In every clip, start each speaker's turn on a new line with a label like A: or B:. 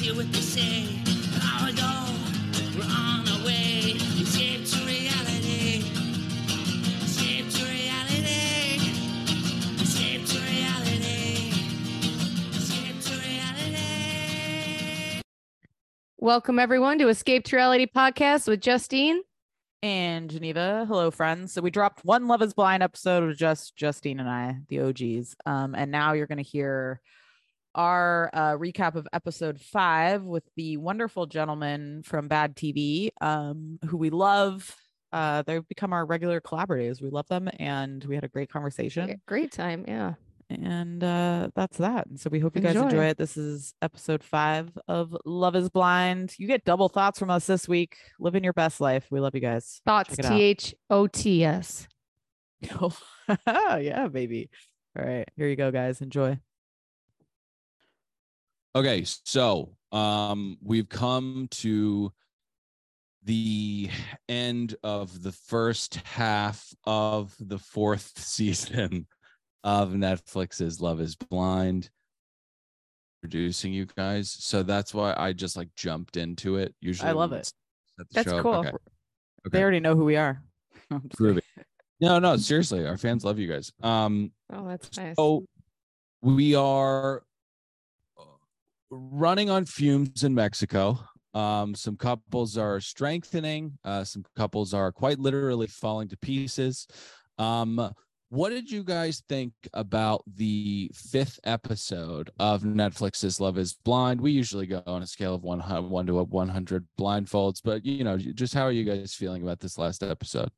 A: hear what they say. An hour ago, we're on our way. Escape to reality. Escape to reality. Escape to reality. Escape to reality.
B: Welcome everyone to Escape to Reality podcast with Justine.
C: and Geneva. Hello, friends. So we dropped one Love Is Blind episode with just Justine and I, the OGs. Um, and now you're going to hear our uh, recap of episode five with the wonderful gentleman from Bad TV, um, who we love. Uh, they've become our regular collaborators. We love them, and we had a great conversation.
B: Great time, yeah.
C: And uh, that's that. And so we hope you guys
B: Enjoy.
C: enjoy it. This is episode five of Love Is Blind. You get double thoughts from us this week. Living your best life. We love you guys.
B: Thoughts
C: it out.
B: T H O T S.
C: Oh, yeah, baby. All right, here you go, guys. Enjoy.
D: Okay, so um, we've come to the end of the first half of the fourth season of Netflix's Love is Blind producing you guys. So that's why I just like jumped into it. Usually
C: love
D: we
C: it.
D: set the
B: That's
D: show up.
B: cool.
D: Okay,
C: They
D: okay,
C: already know who we are. I'm just kidding.
D: groovy. No, no, seriously, our fans love you guys. Um,
B: Oh, that's nice.
D: so we are uh, running on fumes in Mexico. Um, some couples are strengthening. Uh, some couples are quite literally falling to pieces. Um, what did you guys think about the fifth episode of Netflix's Love Is Blind? We usually go on a scale of one hu- one to a one hundred blindfolds, but you know, just how are you guys feeling about this last episode?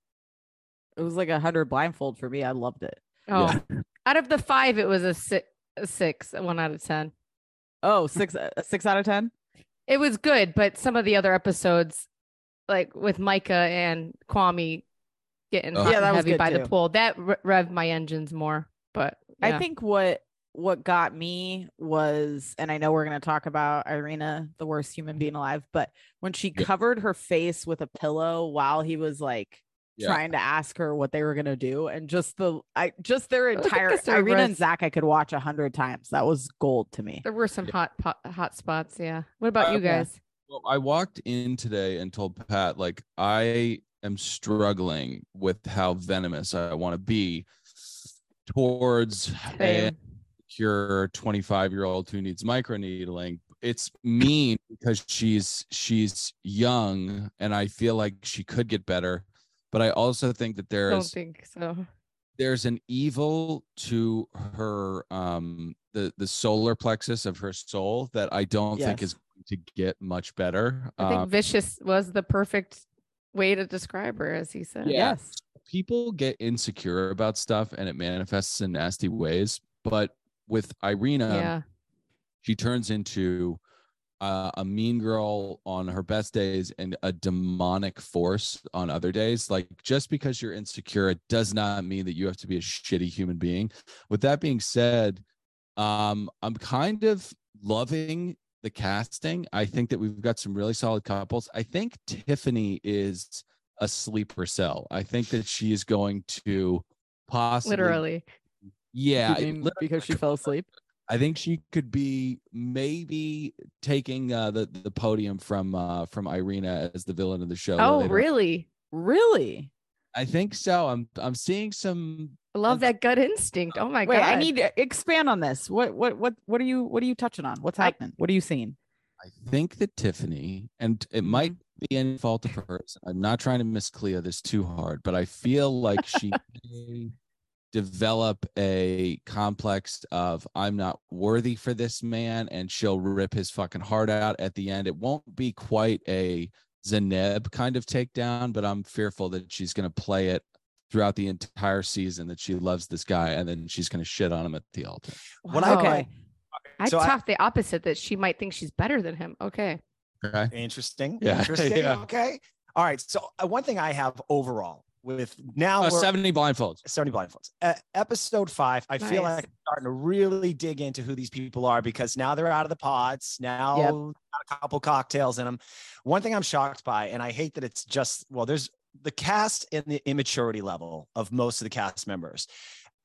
C: It was like a hundred blindfold for me. I loved it.
B: oh,
D: yeah.
B: out of the five, it was a six, a six, a one out of 10.
C: Oh, six, a six out of ten.
B: It was good, but some of the other episodes, like with Micah and Kwame getting
D: Oh.
B: hot
C: Yeah,
B: and
C: that was
B: heavy
C: good
B: by the
C: too.
B: pool, that re- revved my engines more. But yeah.
C: I think what what got me was, and I know we're gonna talk about Irina, the worst human being alive, but when she
D: Yeah.
C: covered her face with a pillow while he was like
D: Yeah.
C: trying to ask her what they were gonna do, and just the I just their
B: was like a
C: entire Irina
B: service.
C: and Zach, I could watch a hundred times. That was gold to me.
B: there were some
D: Yeah.
B: hot po- hot spots. Yeah. What about
D: Uh,
B: you
C: yeah.
B: guys?
D: Well, I walked in today and told Pat, like, I am struggling with how venomous I want to be towards a
B: Same.
D: cure 25 year old who needs microneedling. It's mean because she's she's young and I feel like she could get better. But I also think that there
B: Don't
D: is
B: think so.
D: there's an evil to her um the the solar plexus of her soul that I don't think
C: Yes.
D: is going to get much better.
B: I
D: Um,
B: think vicious was the perfect way to describe her, as he said.
D: Yeah.
C: Yes.
D: people get insecure about stuff and it manifests in nasty ways. But with Irina,
B: Yeah.
D: she turns into uh, a mean girl on her best days and a demonic force on other days. Like just because you're insecure, it does not mean that you have to be a shitty human being. With that being said, um, I'm kind of loving the casting. I think that we've got some really solid couples. I think Tiffany is a sleeper cell. I think that she is going to possibly
B: Literally.
D: yeah
C: You
D: it-
C: mean because she fell asleep.
D: I think she could be maybe taking uh, the the podium from uh, from Irina as the villain of the show.
B: Oh,
D: later.
B: really?
C: Really?
D: I think so. I'm I'm seeing some.
B: I love
D: That's-
B: that gut instinct. Oh my
C: Wait,
B: god.
C: I need to expand on this. What what what what are you what are you touching on? What's
B: I-
C: happening? what are you seeing?
D: I think that Tiffany and
E: Mm-hmm.
D: it might be any fault of hers. I'm not trying to miss Clea this too hard, but I feel like she may develop a complex of I'm not worthy for this man, and she'll rip his fucking heart out at the end. It won't be quite a Zeneb kind of takedown, but I'm fearful that she's going to play it throughout the entire season that she loves this guy, and then she's going to shit on him at the altar.
C: What I- okay.
B: I
E: so I-
B: thought the opposite that she might think she's better than him. Okay.
D: Okay.
E: Interesting.
D: Yeah,
E: Interesting.
D: yeah.
E: Okay. All right. So uh, one thing I have overall with now
D: Uh,
E: we're-
D: 70 blindfolds.
E: 70 blindfolds. Uh, episode five, I feel
B: Nice.
E: like I'm starting to really dig into who these people are because now they're out of the pods. Now
C: Yep.
E: got a couple cocktails in them. One thing I'm shocked by, and I hate that it's just well, there's the cast and the immaturity level of most of the cast members.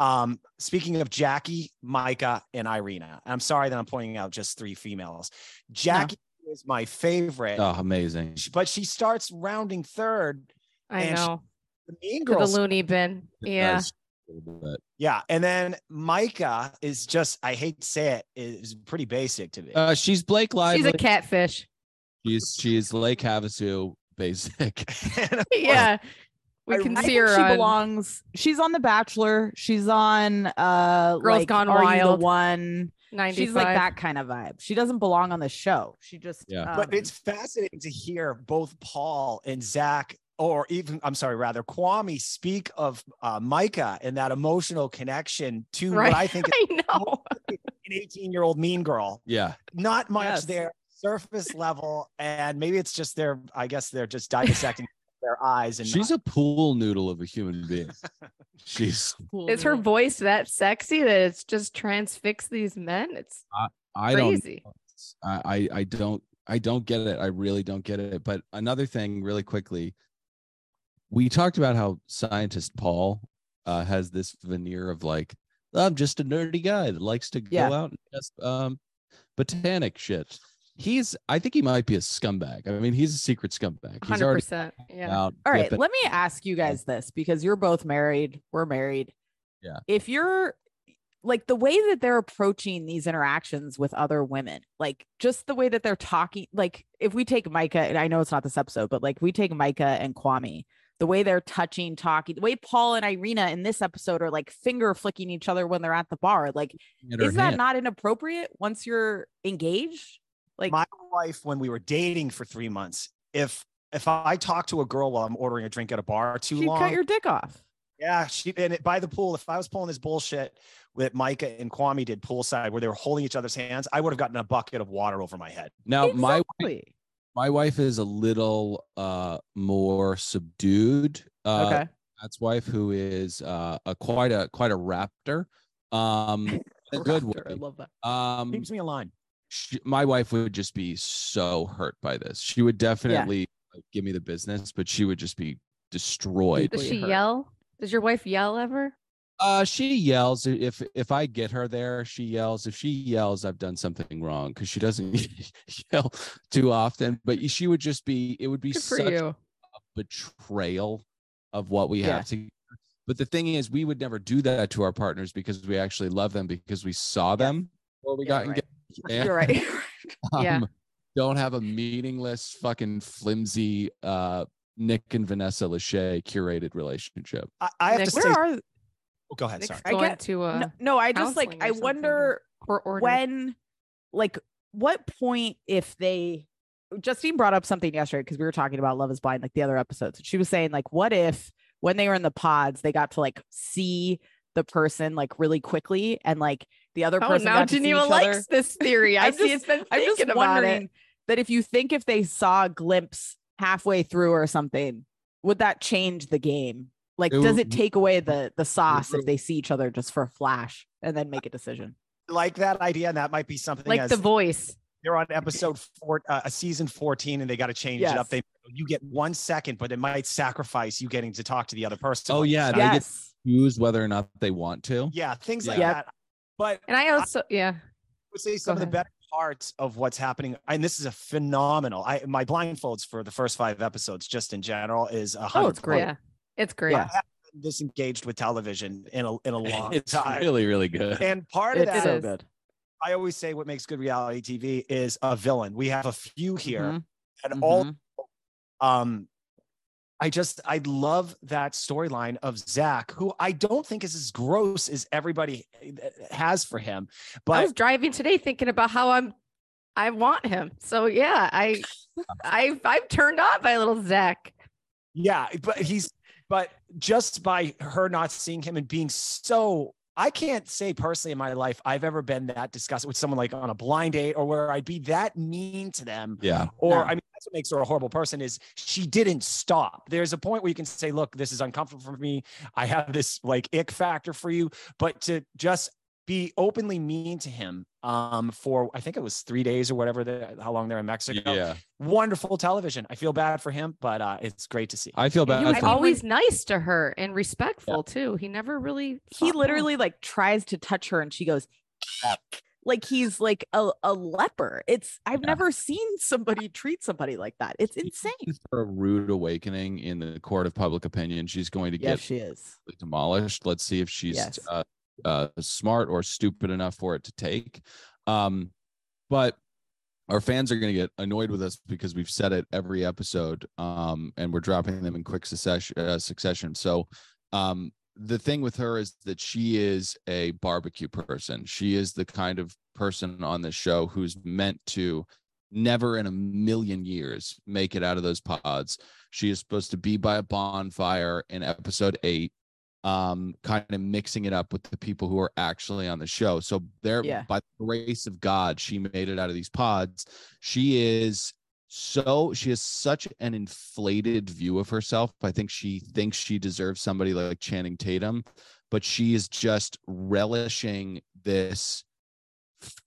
E: Um, speaking of Jackie, Micah, and Irina, I'm sorry that I'm pointing out just three females. Jackie was my favorite.
D: Oh, amazing.
E: She- But she starts rounding third.
B: I
E: And she-
B: know.
E: The Mean
B: To the
E: Girls.
B: loony bin.
D: It
B: Yeah.
D: does a little bit.
E: yeah, and then Micah is just—I hate to say it—is pretty basic to me.
D: Uh, she's Blake
B: She's
D: Lively.
B: a catfish.
D: She's she's Lake Havasu basic.
E: And
B: yeah. We
C: I-
B: can
C: I
B: see
C: think
B: her
C: she
B: on
C: belongs. She's on The Bachelor. She's on uh
B: Girls
C: like,
B: Gone
C: Are You the
B: Wild.
C: One.
B: 95.
C: She's like that kind of vibe. She doesn't belong on the show. She just
D: Yeah.
E: but
C: um,
E: it's fascinating to hear both Paul and Zach, or even I'm sorry, rather Kwame, speak of uh, Micah and that emotional connection to
B: Right.
E: what I think is
B: I know.
E: an 18 year old mean girl.
D: Yeah.
E: Not much
C: Yes.
E: there, surface level, and maybe it's just their. I guess they're just dissecting their eyes and
D: She's a pool noodle of a human being. She's
C: cool
B: Is her
C: little-
B: voice that sexy that it's just transfixed these men? It's
D: I don't
B: crazy.
D: I, I I don't I don't get it. I really don't get it. But another thing, really quickly, we talked about how scientist Paul uh, has this veneer of like I'm just a nerdy guy that likes to
C: Yeah.
D: go out and just um, botanic shit. He's I think he might be a scumbag. I mean, he's a secret scumbag. He's
B: Hundred
D: already
B: percent. Yeah.
D: out.
C: All right,
D: ripping-
C: let me ask you guys this because you're both married. We're married.
D: Yeah.
C: If you're like the way that they're approaching these interactions with other women, like just the way that they're talking, like if we take Micah, and I know it's not this episode, but like we take Micah and Kwame, the way they're touching, talking, the way Paul and Irina in this episode are like finger flicking each other when they're at the bar, like
D: at her
C: is that
D: hand.
C: not inappropriate once you're engaged? Like,
E: my wife when we were dating for three months. If if I talk to a girl while I'm ordering a drink at a bar too
C: you
E: long,
C: cut your dick off.
E: Yeah, she and it, by the pool. If I was pulling this bullshit that Micah and Kwame did poolside, where they were holding each other's hands, I would have gotten a bucket of water over my head.
D: now my
C: Exactly.
D: my wife is a little uh more subdued uh
C: okay.
D: Matt's wife, who is uh, a quite a quite a raptor. Um, a good
C: Raptor, I
D: way.
C: love that.
D: um,
E: Keeps me in line.
D: sh my wife would just be so hurt by this. She would definitely like, give me the business, but she would just be destroyed.
B: Does
C: Wait,
B: she
D: her.
B: yell? Does your wife yell ever?
D: Uh, she yells if if I get her there. She yells if she yells. I've done something wrong because she doesn't yell too often. But she would just be. It would be
B: Good for
D: such
B: you.
D: betrayal of what we
C: Yeah.
D: have to but the thing is we would never do that to our partners because we actually love them because we saw them before we
C: Yeah,
D: got
C: you're
D: engaged and,
C: You're
D: um,
C: right.
B: Yeah.
D: don't have a meaningless fucking flimsy uh nick and vanessa lachey curated relationship
E: I, I have
B: Nick,
E: to
C: Where
E: say.
C: are
E: oh, go ahead.
B: Nick's
E: Sorry.
C: I
B: going
C: get-
B: to uh
C: no, no, I just like
B: counseling or
C: I
B: something,
C: wonder
B: court order.
C: when like what point if they Justine brought up something yesterday because we were talking about Love is Blind, like the other episodes. She was saying, like, what if when they were in the pods, they got to like see the person like really quickly and like the other
B: oh,
C: person.
B: now
C: got to see
B: Geneva
C: each
B: likes
C: other.
B: this theory. I
C: I'm
B: see
C: just-
B: it's been
C: I'm just
B: thinking about it.
C: wondering that if you think if they saw a glimpse halfway through or something, would that change the game? Like,
D: It
C: does it
D: would-
C: take away the the sauce if
D: would.
C: they see each other just for a flash and then make a decision?
E: Like that idea, and that might be something.
B: Like
E: as
B: the voice.
E: they're on episode four, uh, season fourteen, and they got to change it up. They
C: Yes.
E: you get one second, but it might sacrifice you getting to talk to the other person.
D: Oh, yeah,
E: So-
D: they
E: yeah,
D: get- choose whether or not they want to
E: things like
C: Yeah.
E: that. But
B: And I also yeah.
E: would say some of the
B: ahead.
E: better parts of what's happening, and this is a phenomenal. I my blindfolds for the first five episodes, just in general, is a hundred.
C: Oh, it's great.
B: Yeah. It's great.
C: Yeah.
E: been disengaged with television in a in a long
D: it's
E: time.
D: really really good
E: and part of
C: It's
E: that,
B: It
C: so
B: is.
C: good.
E: I always say, what makes good reality TV is a villain. We have a few here,
D: Mm-hmm.
C: Mhm,
E: and
C: mhm.
E: all. Um, I just I love that storyline of Zach, who I don't think is as gross as everybody eh, has for him,
B: I
E: but
B: was driving today thinking about how I'm I want him. So yeah, I I I'm turned on by little Zach.
E: Yeah, but he's but just by her not seeing him and being so I can't say personally in my life I've ever been that disgusted with someone like on a blind date or where I'd be that mean to them.
D: yeah
E: Or
C: No.
E: I mean that's what makes her a horrible person is she didn't stop. There's a point where you can say, look, this is uncomfortable for me. I have this like ick factor for you, but to just be openly mean to him um for I think it was three days or whatever the, how long they're in Mexico.
D: yeah
E: Wonderful television. I feel bad for him, but uh it's great to see.
D: i feel
B: he
D: bad
B: was
D: for-
C: mean,
B: always nice to her and respectful too. He never really fought
C: he
B: back.
C: literally like tries to touch her and she goes "Eek," like he's like a, a leper. It's I've never seen somebody treat somebody like that. It's insane.
D: She's for a rude awakening in the court of public opinion. She's going to
C: Yes,
D: get
C: she is.
D: demolished. Let's see if she's
C: Yes.
D: uh, uh, smart or stupid enough for it to take. Um, but our fans are going to get annoyed with us because we've said it every episode, um, and we're dropping them in quick succession. Uh, succession. So um, the thing with her is that she is a barbecue person. She is the kind of person on this show who's meant to never in a million years make it out of those pods. She is supposed to be by a bonfire in episode eight, um, kind of mixing it up with the people who are actually on the show. So there,
C: Yeah.
D: by the grace of God, she made it out of these pods. She is so she has such an inflated view of herself. I think she thinks she deserves somebody like Channing Tatum, but she is just relishing this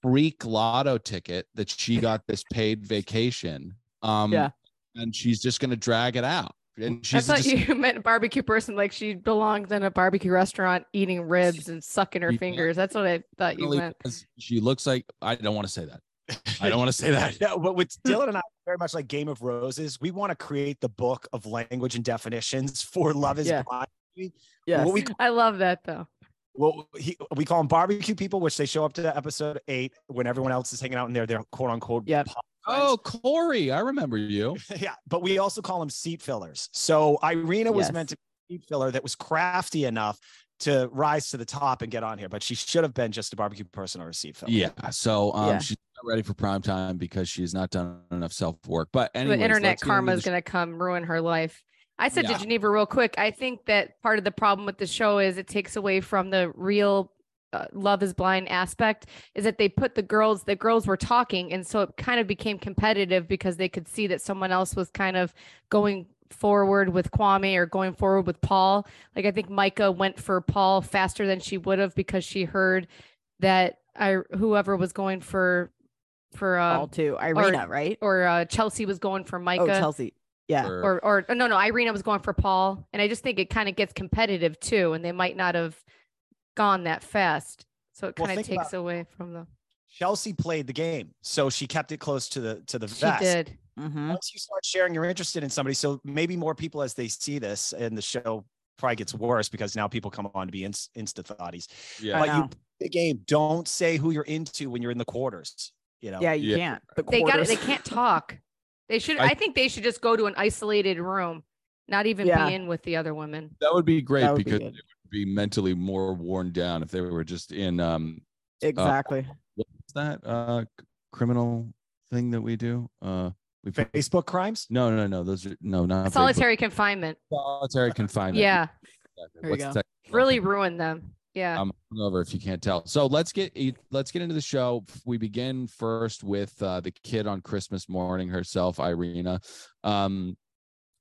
D: freak lotto ticket that she got this paid vacation. Um,
C: Yeah.
D: and she's just gonna drag it out. And she's
B: I thought
D: just,
B: you meant barbecue person, like she belonged in a barbecue restaurant eating ribs and sucking her
D: Yeah.
B: fingers. That's what I thought you
D: really
B: meant.
D: does- she looks like I don't want to say that. I don't want to say that.
E: No, but with Dylan and I, very much like Game of Roses, we want to create the book of language and definitions for love is
C: Yeah.
E: blind.
C: Yes.
E: What we
B: I love that though.
E: well, he, we call them barbecue people, which they show up to episode eight when everyone else is hanging out in their their quote unquote.
C: Yep.
E: pod friends.
D: Oh, Corey, I remember you.
E: yeah, but we also call them seat fillers. So Irina was
C: Yes.
E: meant to be a seat filler that was crafty enough to rise to the top and get on here, but she should have been just a barbecue person or a seat filler.
D: Yeah. So um
C: Yeah.
D: she's not ready for prime time because she's not done enough self work. But anyways,
B: the internet
D: let's get into
B: karma
D: the
B: is going to come ruin her life. I said
D: Yeah.
B: to Geneva real quick, I think that part of the problem with the show is it takes away from the real uh, love is blind aspect is that they put the girls, the girls were talking. And so it kind of became competitive because they could see that someone else was kind of going forward with Kwame or going forward with Paul. Like I think Micah went for Paul faster than she would have because she heard that I, whoever was going for, for, uh,
C: all too. Irina, right?
B: or uh, Chelsea was going for Micah
C: Oh, Chelsea. Yeah.
D: for-
B: or or oh, no no Irina was going for Paul and I just think it kind of gets competitive too and they might not have gone that fast so it
E: Well,
B: kind of
E: think about
B: takes away from them
E: Chelsea played the game, so she kept it close to the to the
B: she
E: vest.
B: did
D: Mm-hmm.
C: Mhm.
E: Once you start sharing, you're interested in somebody. So maybe more people as they see this, and the show probably gets worse because now people come on to be inst- insta thoughties.
D: yeah.
E: Like
C: I
E: you
C: know.
E: play the game, don't say who you're into when you're in the quarters. You know,
C: Yeah, you
D: Yeah.
C: can't. The
B: they got it
C: quarters.
B: they can't talk they should
D: I-
B: I, think they should just go to an isolated room not even
C: Yeah.
B: be in with the other women
D: that would be great
C: That would be
D: because
C: good.
D: they would be mentally more worn down if they were just in um
C: Exactly.
D: what's that uh c- criminal thing that we do? Uh we put-
E: Facebook crimes.
D: no no no those are no not Facebook.
B: solitary confinement
D: solitary confinement.
B: yeah
D: Exactly.
C: There you
D: What's
C: go.
D: that-
B: really ruined them yeah
D: I'm hungover if you can't tell. So let's get e, let's get into the show. We begin first with uh, the kid on Christmas morning herself, Irina. Um,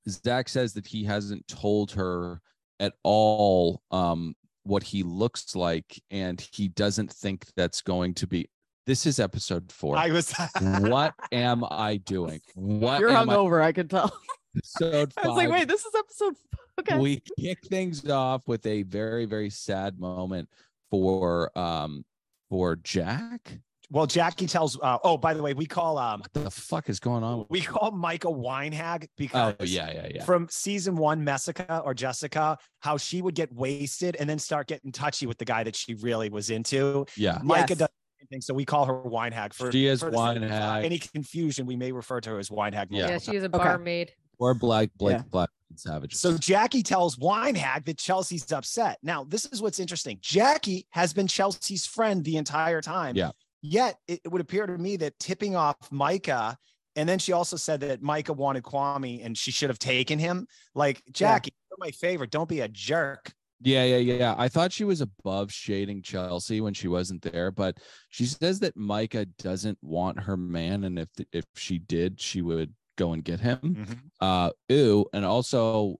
D: Zach says that he hasn't told her at all um, what he looks like, and he doesn't think that's going to be. This is episode four.
E: I was.
D: what am I doing? What
C: You're
D: am I-
C: hungover, I, can tell.
D: episode
C: I was like,
D: five.
C: wait, this is episode. f- Okay.
D: we kick things off with a very very sad moment for um for jack
E: Well, Jackie tells. Uh, oh, by the way, we call um
D: what the fuck is going on with-
E: we call Mike a wine hag because
D: oh yeah yeah yeah
E: from season one, Messica or Jessica, how she would get wasted and then start getting touchy with the guy that she really was into.
D: yeah
E: Micah
C: Yes.
E: does the same thing, so we call her wine hag for.
D: she is uh,
E: for the-
D: wine hag
E: Any confusion, we may refer to her as wine hag.
D: yeah.
B: yeah, she is a
C: Okay.
B: barmaid
D: or black blake
C: Yeah.
D: black and savage
E: So Jackie tells Wine Hag that Chelsea's upset. Now, this is what's interesting. Jackie has been Chelsea's friend the entire time.
D: Yeah.
E: Yet it it would appear to me that tipping off Micah, and then she also said that Micah wanted Kwame and she should have taken him. Like Jackie, you're my favorite. Don't be a jerk.
D: yeah yeah yeah i thought she was above shading chelsea when she wasn't there but she says that micah doesn't want her man and if if she did she would go and get him
B: Mm-hmm.
D: uh ooh and also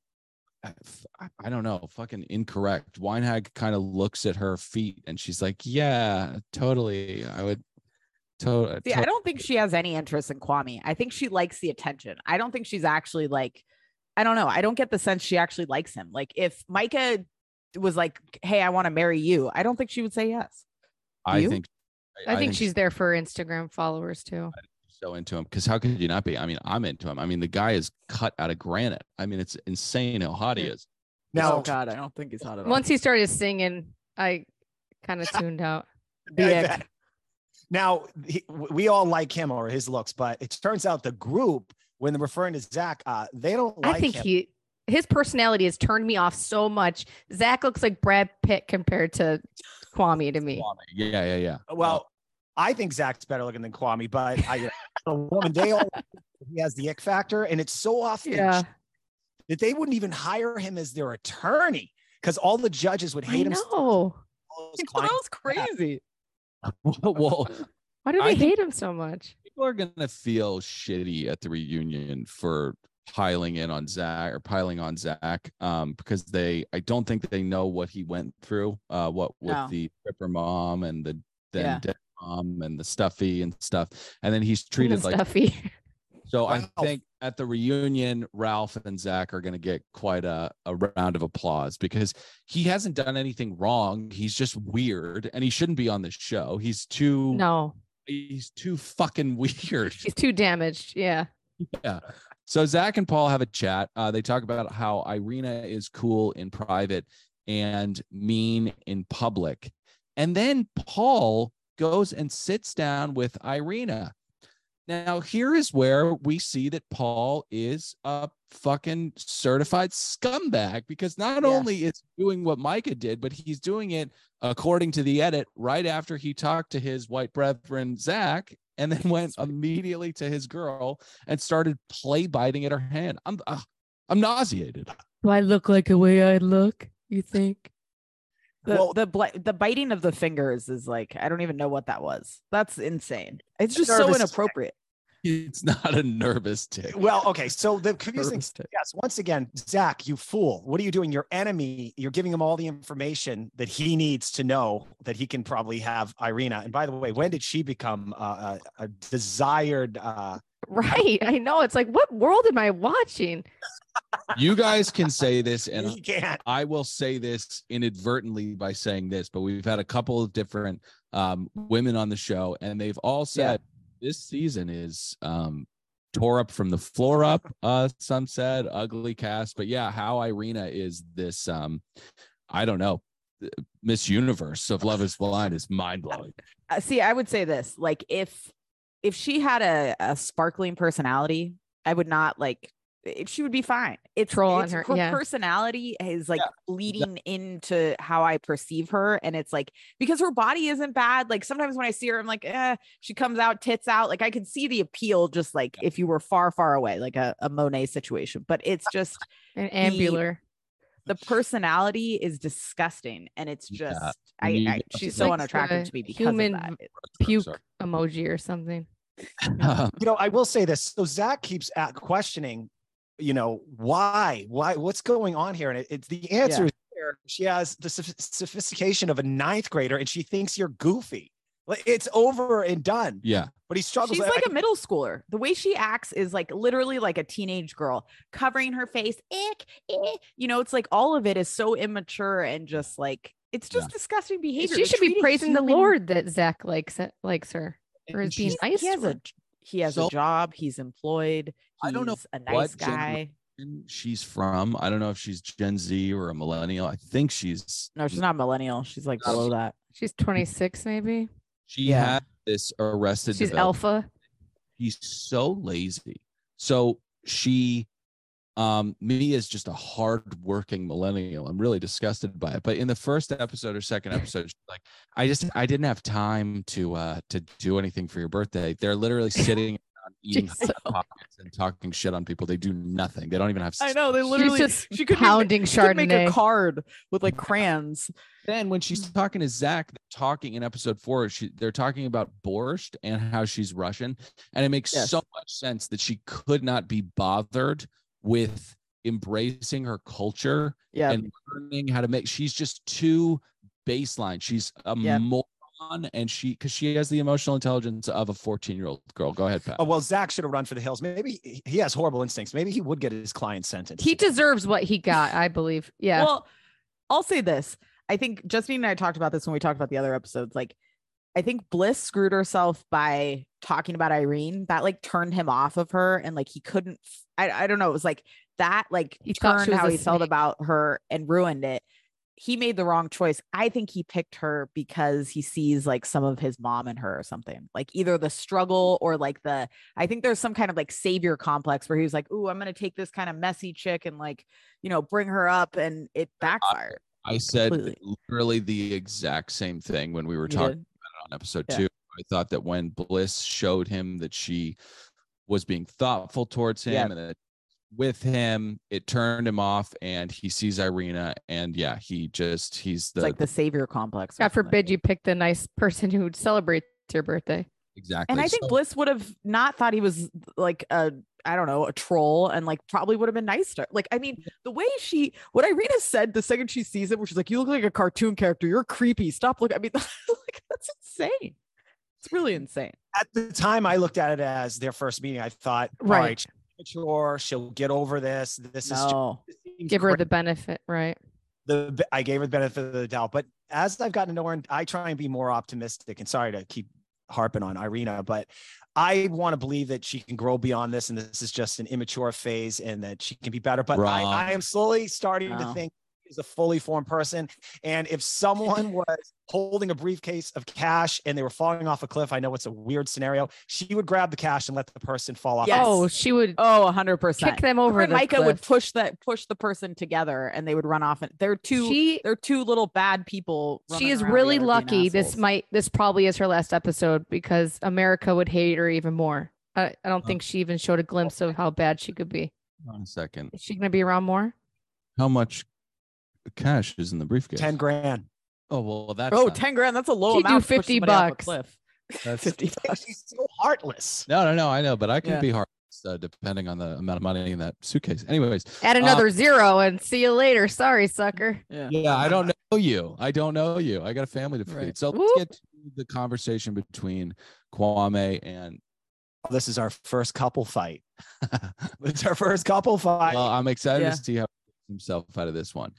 D: I- f- I- i don't know fucking incorrect weinhag kind of looks at her feet and she's like yeah totally i would to-
C: See, I don't think she has any interest in Kwame. I think she likes the attention. I don't think she's actually like, I don't know. I don't get the sense she actually likes him. Like, if Micah was like, hey, I want to marry you, I don't think she would say yes.
D: i
C: you?
D: think
B: I, think, she's there for Instagram followers too.
D: so into him because how could you not be? I mean, I'm into him. I mean, the guy is cut out of granite. I mean, it's insane how hot he is.
E: Now,
C: oh God, I don't think he's hot at all.
B: Once he started singing, I kind of tuned out.
E: I
C: Big.
E: bet. Now he, w- we all like him or his looks, but it turns out the group, when they're referring to Zach, uh, they don't like
B: I think
E: him.
B: he his personality has turned me off so much. Zach looks like Brad Pitt compared to Kwame to me.
D: Yeah, yeah, yeah.
E: well, I think Zach's better looking than Kwame, but I, the woman they all he has the ick factor, and it's so often
B: Yeah.
E: that they wouldn't even hire him as their attorney because all the judges would
B: I
E: hate him.
B: know.
E: All his
C: That was
E: clients-
C: crazy.
D: well, well,
B: Why do
D: I
B: they
D: think-
B: hate him so much?
D: people are gonna feel shitty at the reunion for piling in on Zach or piling on Zach um, because they I don't think they know what he went through. Uh, what with
C: No.
D: the stripper mom and the then
C: Yeah.
D: dead mom and the stuffy and stuff, and then he's
B: Him and
D: treated like
B: Stuffy.
D: So
E: Ralph.
D: I think at the reunion, Ralph and Zach are going to get quite a, a round of applause because he hasn't done anything wrong. He's just weird, and he shouldn't be on this show. He's too
B: No,
D: he's too fucking weird.
B: he's too damaged. Yeah.
D: So Zach and Paul have a chat. Uh, they talk about how Irina is cool in private and mean in public. And then Paul goes and sits down with Irina. Now, here is where we see that Paul is a fucking certified scumbag because not
C: Yeah.
D: only is he doing what Micah did, but he's doing it according to the edit right after he talked to his white brethren, Zach, and then went immediately to his girl and started play biting at her hand. I'm uh, I'm nauseated.
B: Do I look like the way I look? You think?
C: The
E: Well-
C: the bla- the biting of the fingers is like I don't even know what that was. That's insane. It's just so
E: Nervous tick.
C: inappropriate.
D: It's not a nervous tick.
E: Well, okay. So the confusing
D: Nervous tick.
E: Yes. Once again, Zach, you fool. What are you doing? Your enemy, you're giving him all the information that he needs to know that he can probably have Irina. And by the way, when did she become uh, a, a desired? Uh,
B: Right. I know. It's like, what world am I watching?
D: You guys can say this, and
E: he can't.
D: I will say this inadvertently by saying this, but we've had a couple of different um, women on the show, and they've all said this season is um, tore up from the floor up. Uh, some said ugly cast, but yeah, how Irina is this? Um, I don't know. uh, Miss Universe of Love Is Blind is mind blowing.
C: Uh, see, I would say this: like if if she had a, a sparkling personality, I would not like. It, she would be fine. It's,
B: Troll on
C: it's-
B: her, yeah.
C: personality is like
D: Yeah,
C: bleeding into how I perceive her, and it's like because her body isn't bad. Like sometimes when I see her, I'm like, eh, she comes out tits out. Like I could see the appeal, just like if you were far, far away, like a, a Monet situation. But it's just
B: An ambular.
C: the personality is disgusting and it's
D: Yeah,
C: just I,
D: you
C: I
D: need-
C: she's
D: It's
C: so
B: like
C: unattractive
B: the
C: to me because
B: human
C: of that. It-
B: Puke
D: Sorry.
B: emoji or something.
E: You know, I will say this. So Zach keeps at questioning, you know, why, why, what's going on here? And it, it's the answer is there. She has the soph- sophistication of a ninth grader, and she thinks you're goofy. Like it's over and done.
D: yeah,
E: But he struggles.
C: She's
E: I- I
C: like a middle schooler. The way she acts is like literally like a teenage girl covering her face. Ick, ick. You know, it's like all of it is so immature and just like it's just disgusting behavior.
B: She
C: to
B: should be
C: treat a
B: praising the
C: human-
B: Lord that Zach likes it, likes her
E: And
B: or is being
C: He's-
B: nice
C: He
B: to
C: has
B: her.
C: a he has a
D: So-
C: job. He's employed. He's
D: I don't know
C: a
D: what
C: nice guy.
D: generation she's from. I don't know if she's Gen Z or a millennial. I think she's
C: No, she's not millennial. She's like below that.
B: She's 26, maybe.
D: She
C: Yeah.
D: had this arrested.
B: She's
D: develop-
B: alpha.
D: She's so lazy. So she, um, me is just a hard-working millennial. I'm really disgusted by it. But in the first episode or second episode, she's like, I just I didn't have time to uh to do anything for your birthday. They're literally sitting. around Eating
B: She's so-
D: hot pockets and talking shit on people. They do nothing. They don't even have.
C: I know. They literally
B: just
C: she could make
B: Pounding
C: She could make a
B: Chardonnay.
C: card with like crayons.
D: Then when she's
C: Hmm.
D: talking to Zach, they're talking in episode four, she, they're talking about borscht and how she's Russian, and it makes
C: Yes.
D: so much sense that she could not be bothered with embracing her culture
C: Yeah.
D: and learning how to make. She's just too baseline. She's a
C: Yep.
D: moron, and she because she has the emotional intelligence of a fourteen-year-old girl. Go ahead, Pat.
E: Oh, well, Zach should have run for the hills. Maybe he- he has horrible instincts. Maybe he would get his client sentenced.
B: He deserves what he got, I believe. Yeah.
C: Well, I'll say this. I think Justine and I talked about this when we talked about the other episodes. Like I think Bliss screwed herself by talking about Irene. That like turned him off of her, and like he couldn't. I I don't know. It was like that like
B: He thought she
C: turned
B: was
C: how
B: a
C: he felt
B: snake.
C: about her and ruined it. He made the wrong choice. I think he picked her because he sees like some of his mom in her or something. Like either the struggle or like the I think there's some kind of like savior complex where he was like, "Ooh, I'm gonna take this kind of messy chick and like you know bring her up," and it backfired.
D: I said
C: Completely.
D: literally the exact same thing when we were
C: You
D: talking.
C: did.
D: on episode
C: Yeah.
D: two. I thought that when Bliss showed him that she was being thoughtful towards him
C: Yeah.
D: and that with him, it turned him off and he sees Irina and yeah, he just he's the,
C: It's like the savior complex. or
B: God
C: something.
B: forbid you pick the nice person who celebrates your birthday.
D: exactly
C: And I think
D: So-
C: Bliss would have not thought he was like a I don't know a troll, and like probably would have been nice to like I mean the way she what Irina said the second she sees him, which is like you look like a cartoon character, you're creepy. Stop looking. I mean, like that's insane. It's really insane.
E: at the time I looked at it as their first meeting, I thought,
B: Right.
E: all right, she's mature, she'll get over this. This is just,
C: No,
E: this seems
B: Give her the benefit, right?
E: the b- I gave her the benefit of the doubt. But as I've gotten to know her, and I try and be more optimistic. And sorry to keep harping on Irina, but I want to believe that she can grow beyond this, and this is just an immature phase, and that she can be better. But I,
D: Wrong.
E: I am slowly starting to
C: No.
E: think she's a fully formed person. And if someone was holding a briefcase of cash and they were falling off a cliff, I know it's a weird scenario. She would grab the cash and let the person fall off.
C: Yes.
B: Oh, she would
C: oh, hundred
B: kick
C: percent.
B: them over. The
C: Micah would
B: cliff.
C: push that push the person together, and they would run off. And they're two
B: She
C: they're two little bad people.
B: she
C: running
B: is
C: around
B: really
C: together being
B: lucky. This
C: assholes.
B: might this probably is her last episode because America would hate her even more. I, I don't think she even showed a glimpse of how bad she could be.
D: Hold on a second.
B: Is she gonna be around more?
D: How much cash is in the briefcase?
E: 10 grand.
D: Oh well that's
C: Oh,
D: not-
C: 10 grand. That's a low
B: She'd do
C: amount. to push
B: 50
C: somebody off a
B: bucks.
C: cliff.
D: that's-
C: Fifty bucks.
E: She's so heartless.
D: no no no I know, but I can
C: Yeah.
D: be hard uh, depending on the amount of money in that suitcase. Anyways,
B: Add
D: Uh,
B: another zero and see you later. Sorry, sucker.
C: Yeah.
D: Yeah, I don't know you. I don't know you. I got a family to feed.
C: Right.
D: So let's
B: Whoop.
D: get to the conversation between Kwame and.
E: Oh, This is our first couple fight. It's our first couple fight.
D: Well, I'm excited
C: Yeah.
D: to see how he gets himself out of this one.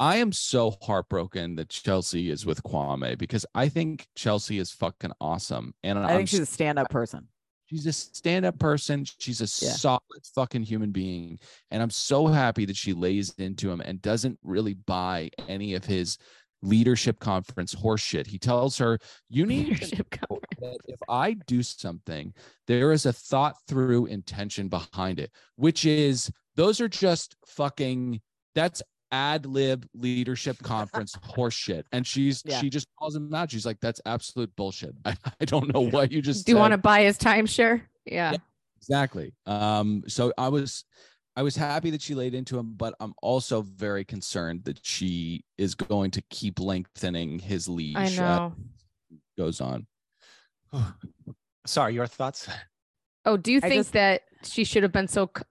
D: I am so heartbroken that Chelsea is with Kwame because I think Chelsea is fucking awesome, and
C: I
D: I am
C: think she's a stand up person.
D: She's a stand up person. She's a
C: Yeah.
D: solid fucking human being. And I'm so happy that she lays into him and doesn't really buy any of his leadership conference horseshit. He tells her, You need to
B: Leadership
D: know that if I do something, there is a thought through intention behind it, which is those are just fucking, that's ad lib leadership conference horseshit. And she's,
C: Yeah.
D: she just calls him out. She's like, That's absolute bullshit. I, I don't know what you just
B: Do you
D: said."
B: want to buy his timeshare? Yeah.
D: exactly um so i was i was happy that she laid into him but i'm also very concerned that she is going to keep lengthening his leash
B: I
D: as
B: know.
D: it goes on
E: Sorry, your thoughts?
B: Oh, do you
C: I
B: think
C: just-
B: that she should have been so? c-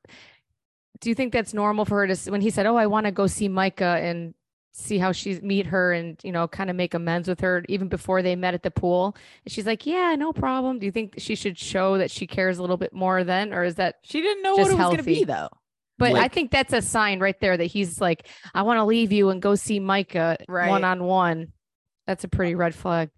B: Do you think that's normal for her to s- when he said, "Oh, I want to go see Micah and see how she's meet her and you know kind of make amends with her even before they met at the pool?" And she's like, "Yeah, no problem." Do you think she should show that she cares a little bit more then, or is that?
C: She didn't know
B: Just
C: what it was going to
B: healthy.
C: be, though.
B: But I
D: Like-
B: think that's a sign right there that he's like, "I want to leave you and go see Micah
C: Right. Uh,
B: one on one." That's a pretty red flag.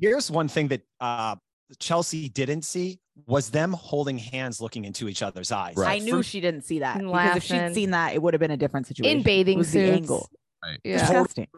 E: Here's one thing that uh, Chelsea didn't see was them holding hands, looking into each other's eyes.
D: Right.
C: I knew she didn't see that.
B: And
C: Because if she'd
B: laughing.
C: seen that, it would have been a different situation.
B: In bathing
C: it was
B: suits.
C: The angle.
D: Right.
B: Yeah.
C: Disgusting.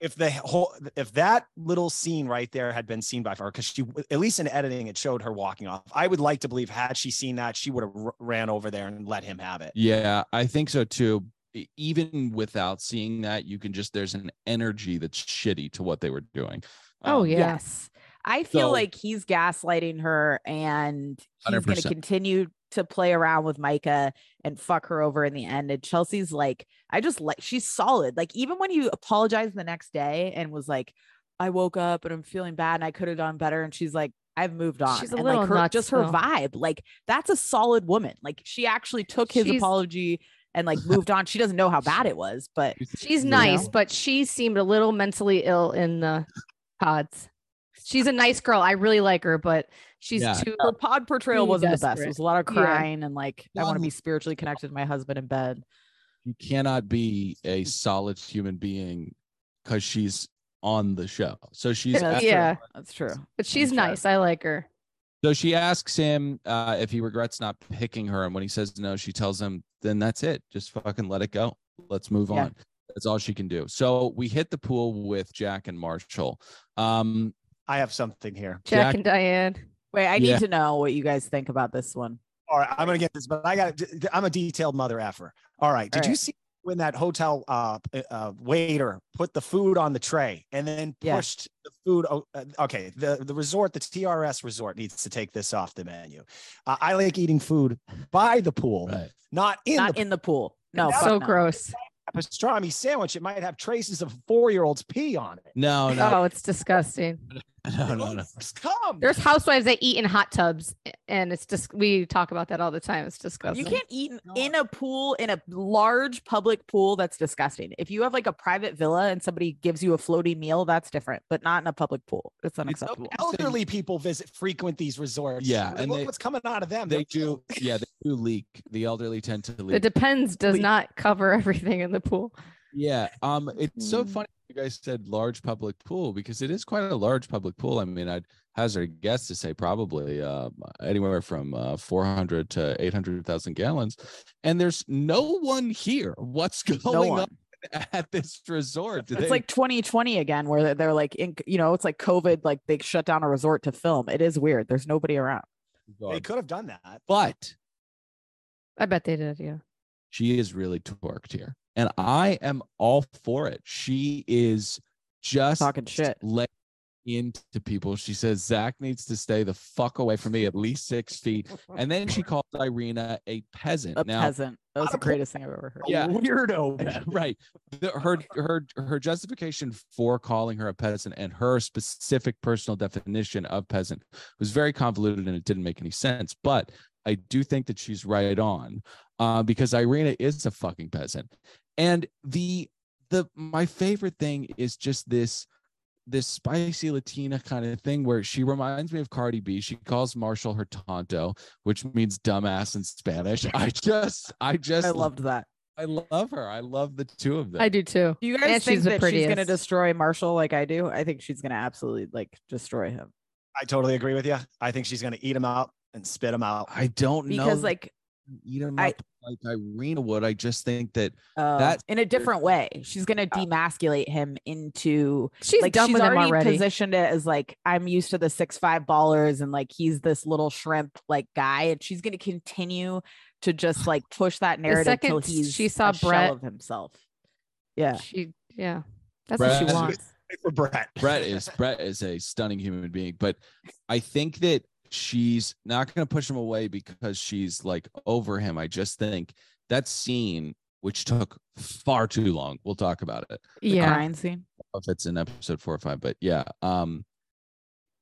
E: If the whole, if that little scene right there had been seen by her, because she, at least in editing, it showed her walking off. I would like to believe, had she seen that, she would have r- ran over there and let him have it.
D: yeah i think so too E- even without seeing that you can just there's an energy that's shitty to what they were doing
B: Oh
D: Um,
B: yeah.
C: Yes. I feel
D: So-
C: like he's gaslighting her and he's going to
D: 100%.
C: continue to play around with Micah and fuck her over in the end. And Chelsea's like, I just like, she's solid. Like, even when you apologized the next day and was like, I woke up and I'm feeling bad and I could have done better. And she's like, I've moved on.
B: She's a
C: and
B: little
C: like her,
B: nuts,
C: just her
B: though.
C: vibe. Like, that's a solid woman. Like, she actually took his
B: She's-
C: apology and like moved on. She doesn't know how bad it was, but
B: She's
D: You
B: nice,
D: know?
B: but she seemed a little mentally ill in the pods. She's a nice girl. I really like her, but she's
D: Yeah.
B: too.
C: her pod portrayal
B: Pretty
C: wasn't the best.
B: Oh, desperate.
C: It was a lot of
B: Yeah.
C: crying and like I want to
D: One-
C: be spiritually connected to my husband in bed.
D: you cannot be a solid human being because she's on the show. So she's
C: Yeah,
D: after-
B: yeah.
C: That's true.
B: But she's
D: sure.
B: nice. I like her.
D: So she asks him uh, if he regrets not picking her, and when he says no, she tells him, "Then that's it. Just fucking let it go. Let's move
C: Yeah.
D: on." That's all she can do. So we hit the pool with Jack and Marshall. Um,
E: I have something here.
B: Jack,
D: Jack-
B: and Diane.
C: Wait, I need
D: Yeah.
C: to know what you guys think about this one.
E: All right, I'm gonna get this, but I got. I'm a detailed mother effer. All right, did
C: All
E: you
C: right.
E: see when that hotel uh, uh, waiter put the food on the tray and then
C: Yeah.
E: pushed the food? o- uh, Okay, the the resort, the TRS resort, needs to take this off the menu. Uh, I like eating food by the pool, not in
C: Not
E: the
C: in the pool. No, fuck
B: so
C: no.
B: gross.
E: pastrami sandwich. It might have traces of a four year old's pee on it.
D: No, no,
B: Oh, it's disgusting.
D: no, no, no.
E: Gross, Come.
B: There's housewives that eat in hot tubs, and it's just we talk about that all the time. It's disgusting.
C: You can't eat in- in a pool in a large public pool. That's disgusting. If you have like a private villa and somebody gives you a floaty meal, that's different, but not in a public pool. It's unacceptable.
E: Elderly people visit frequent these resorts.
D: Yeah, and
E: Look
D: they-
E: what's coming out of them?
D: They
E: They're-
D: do, yeah, they do leak. The elderly tend to
B: The
D: leak.
B: depends does
C: Please.
B: not cover everything in the pool.
D: Yeah. Um, it's so
C: Mm.
D: funny you guys said large public pool because it is quite a large public pool. I mean, I'd hazard a guess to say probably uh, anywhere from uh, 400 to 800,000 gallons. And there's no one here. What's going
C: No one.
D: on at this resort? Do
C: It's
D: they-
C: like 2020 again, where they're- they're like, in, you know, it's like COVID, like they shut down a resort to film. It is weird. There's nobody around.
E: They could have done that.
D: but
B: I bet they did. Yeah.
D: she is really torqued here. And I am all for it. She is just
C: Talking shit.
D: laying into people. She says Zach needs to stay the fuck away from me at least six feet. And then she calls Irina a peasant.
C: A
D: now,
C: peasant. That was
E: Not a
C: the
E: pool.
C: greatest thing I've ever heard.
E: A
D: Yeah.
E: Weirdo.
D: right. The- her her her justification for calling her a peasant and her specific personal definition of peasant was very convoluted and it didn't make any sense. But I do think that she's right on uh, because Irina is a fucking peasant, and the the my favorite thing is just this this spicy Latina kind of thing where she reminds me of Cardi B. She calls Marshall her tonto, which means dumbass in Spanish. I just I just
C: I loved that.
D: I love her. I love the two of them.
B: I do too.
C: Do you
B: And
C: guys
B: she's
C: think
B: the
C: that she's going to
B: prettiest.
C: destroy Marshall like I do? I think she's going to absolutely like destroy him.
E: I totally agree with you. I think she's going to eat him out and spit him out.
D: I don't know
C: Because
D: that
C: like
D: you can eat them
C: I-
D: up like Irina would. I just think that
C: uh,
D: That's-
C: in a different way. She's gonna demasculate him into
B: She's
C: like
B: done
C: she's
B: with him
C: already
B: already.
C: positioned it as like I'm used to the six five ballers and like he's this little shrimp like guy, and she's gonna continue to just like push that narrative till
B: second
C: he's
B: she saw
C: a shell
B: Brett-
C: of himself. Yeah,
B: She yeah. That's what
D: Brad-
B: she wants.
E: For Brett.
D: Brett is Brett is a stunning human being, but I think that she's not going to push him away because she's like over him. I just think that scene, which took far too long, we'll talk about it
C: yeah.
B: Yeah.
C: crying scene.
D: if it's in episode four or five, but yeah, um,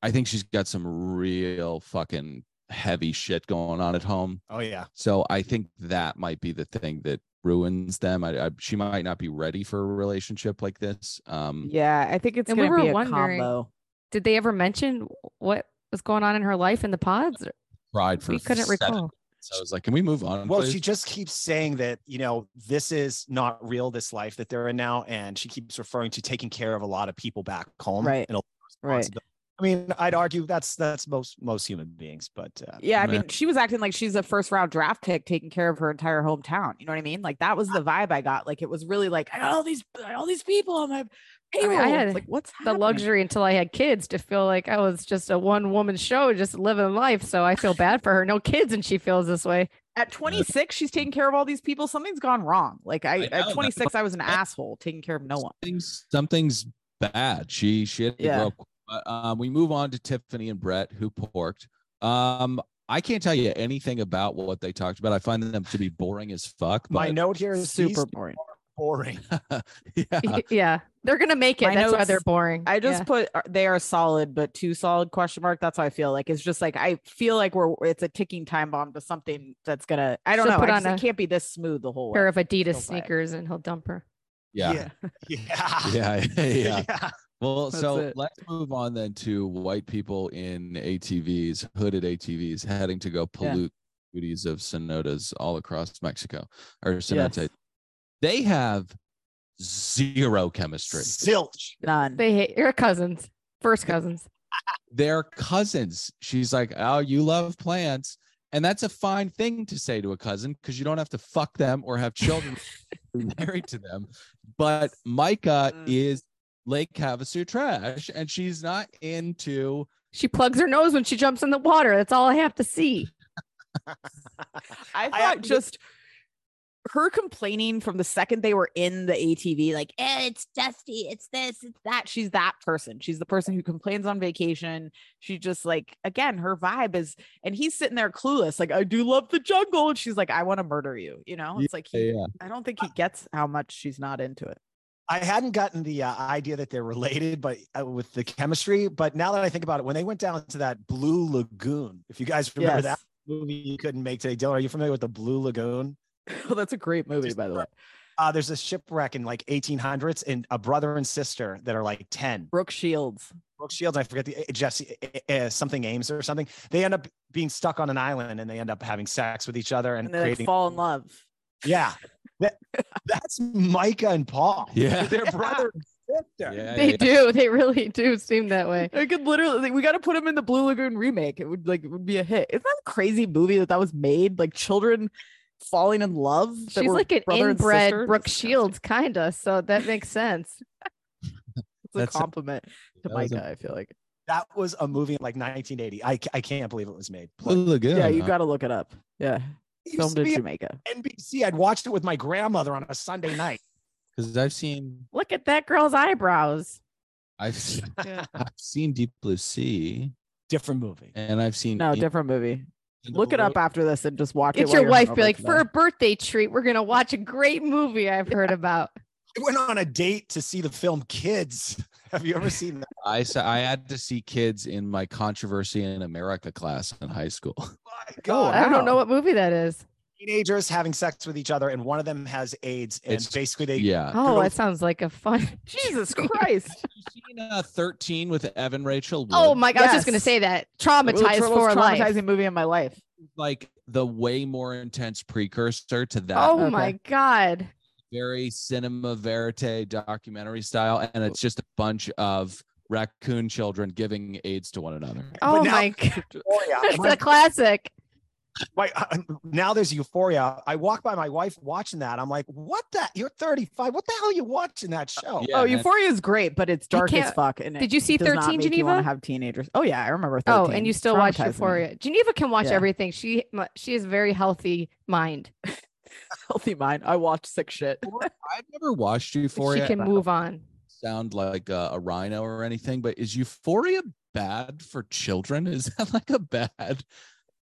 D: I think she's got some real fucking heavy shit going on at home.
E: Oh yeah.
D: So I think that might be the thing that ruins them. I, I she might not be ready for a relationship like this. Um,
C: Yeah, I think it's
B: And we
C: gonna
B: were
C: be a
B: wondering-
C: combo.
B: Did they ever mention what was going on in her life in the pods?
D: cried for.
B: We couldn't
D: seven-
B: recall.
D: So I was like, can we move on?
E: Well,
D: please?
E: she just keeps saying that, you know, this is not real, this life that they're in now. And she keeps referring to taking care of a lot of people back home.
C: Right.
E: And a
C: Right.
E: responsibility. I mean, I'd argue that's that's most most human beings, but uh,
C: Yeah, I
D: Meh.
C: mean, she was acting like she's a first round draft pick taking care of her entire hometown. You know what I mean? Like that was the vibe I got. Like it was really like I got all these I got all these people on my payroll. It's
B: had
C: like what's
B: The
C: happening?
B: luxury until I had kids to feel like I was just a one woman show, just living life. So I feel bad for her. No kids, and she feels this way.
C: at 26, she's taking care of all these people. Something's gone wrong. Like I,
D: I know,
C: at
D: that's
C: 26, I was an asshole taking care of no one.
D: something's, something's bad. She she had to
C: Yeah.
D: grow up. But, um, we move on to Tiffany and Brett, who porked. Um, I can't tell you anything about what they talked about. I find them to be boring as fuck. But
E: my note here is
C: Super
E: these
C: boring.
E: boring.
D: yeah,
B: yeah. They're gonna make it.
C: My
B: That's why
C: notes-
B: they're boring.
C: I just
B: Yeah.
C: put uh, they are solid, but too solid question mark. That's how I feel like it's just like I feel like we're it's a ticking time bomb to something that's gonna I don't
B: She'll
C: know.
B: put
C: I
B: on
C: just, it
B: a
C: can't be this smooth the whole way.
B: pair of Adidas
C: She'll buy it.
B: sneakers and he'll dump her.
D: yeah,
E: Yeah.
D: yeah, yeah, yeah.
E: yeah.
D: Well,
C: That's
D: so
C: it.
D: let's move on then to white people in ATVs, hooded ATVs, heading to go
C: Yeah.
D: pollute duties of cenotes all across Mexico or
C: Yes.
D: cenote. They have zero chemistry.
E: Zilch.
C: None.
B: They hate your cousins, first cousins.
D: They're cousins. She's like, Oh, you love plants. And that's a fine thing to say to a cousin because you don't have to fuck them or have children married to them. But Micah
C: Mm.
D: is Lake Havasu trash and she's not into
B: She plugs her nose when she jumps in the water. That's all I have to see.
C: I thought
E: actually-
C: just her complaining from the second they were in the ATV, like, eh, it's dusty, it's this, it's that. She's that person. She's the person who complains on vacation. She just like, again, her vibe is, and he's sitting there clueless, like, I do love the jungle. And she's like, I want to murder you. You know, it's like, he,
D: yeah.
C: I don't think he gets how much she's not into it.
E: I hadn't gotten the uh, idea that they're related, but uh, with the chemistry. But now that I think about it, when they went down to that Blue Lagoon, if you guys remember that
C: Yes.
E: movie you couldn't make today, Dylan, are you familiar with the Blue Lagoon?
C: Well, Oh, that's a great movie,
E: Just
C: by the way.
E: Uh, there's a shipwreck in like 1800s, and a brother and sister that are like 10.
C: Brooke Shields.
E: Brooke Shields, I forget the eh, Jesse eh, eh, something Ames or something. They end up being stuck on an island, and they end up having sex with each other and,
C: And they like
E: creating.
C: fall in love.
E: yeah, That- that's Micah and Paul.
D: Yeah.
E: they're brother and sister.
D: Yeah,
B: They
D: yeah.
B: do. They really do seem that way.
C: It could literally like, we got to put him in the Blue Lagoon remake. It would like it would be a hit. Isn't that a crazy movie that that was made? Like children falling in love. that
B: She's
C: were
B: like an
C: brother and
B: inbred
C: sister?
B: Brooke
C: Disgusting.
B: Shields, kinda. So that makes sense.
C: It's a
D: That's-
C: compliment to
D: That was a-
C: Micah. I feel like.
E: That was a movie in like 1980. I, I can't believe it was made.
D: Blue Lagoon.
C: yeah, you
D: huh?
C: got to look it up. Yeah,
E: It used
C: filmed
E: to
C: in
E: be
C: Jamaica.
E: on NBC. I'd watched it with my grandmother on a Sunday night.
D: Because I've seen
B: Look at that girl's eyebrows.
D: I've seen,
B: Yeah.
D: I've seen Deep Blue Sea
E: Different movie.
D: and I've seen
C: No,
D: In
C: different movie.
D: the
C: Look it
D: Blue-
C: up after this and just watch
B: Get
C: it. while
B: your
C: you're
B: wife be
C: hungover
B: like,
C: today.
B: for a birthday treat, we're gonna watch a great movie I've heard about.
E: I went on a date to see the film Kids. Have you ever seen that?
D: I saw I had to see kids in my controversy in America class in high school.
E: My
C: Oh,
E: God.
B: I don't know
C: Wow.
B: what movie that is.
E: Teenagers having sex with each other, and one of them has AIDS, and
D: It's-
E: basically they
D: Yeah.
B: Oh,
E: girl-
B: that sounds like a fun.
C: Jesus Christ.
D: you seen uh, 13 with Evan Rachel Wood?
B: Oh my god, I was just gonna
C: Yes.
B: say that.
C: Blue
B: Traumatized
C: Turtles,
B: for life.
C: traumatizing movie in my life.
D: Like the way more intense precursor to that
B: Oh
C: Okay.
B: my god.
D: very cinema verite documentary style. And it's just a bunch of raccoon children giving AIDS to one another.
E: But
B: Oh
E: now-
B: my god.
E: Euphoria.
B: It's
E: My-
B: a classic.
E: my- uh, now there's euphoria. I walk by my wife watching that. I'm like, what the? You're 35. What the hell are you watching that show?
D: Yeah,
C: oh,
D: and-
C: Euphoria is great, but it's dark as
B: can't-
C: fuck. And it
B: Did you see
C: does not
B: 13,
C: make you wanna
B: Geneva?
C: have teenagers. Oh yeah, I remember. 13.
B: Oh, and you still watch
C: Traumatizing me.
B: Euphoria. Geneva can watch
C: Yeah.
B: everything. She mu- she has very healthy mind.
C: Healthy mind. I watched sick shit.
D: I've never watched
B: She
D: Euphoria.
B: can move on.
D: sound like a, a rhino or anything, but is Euphoria bad for children? Is that like a bad? Is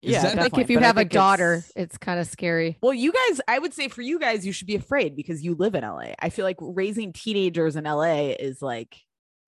C: Yeah,
D: that
B: Like if
C: definitely,
B: you
C: but I
B: have a
C: think
B: daughter,
C: it's-
B: it's, kind of scary.
C: Well, you guys, I would say for you guys, you should be afraid because you live in LA. I feel like raising teenagers in LA is like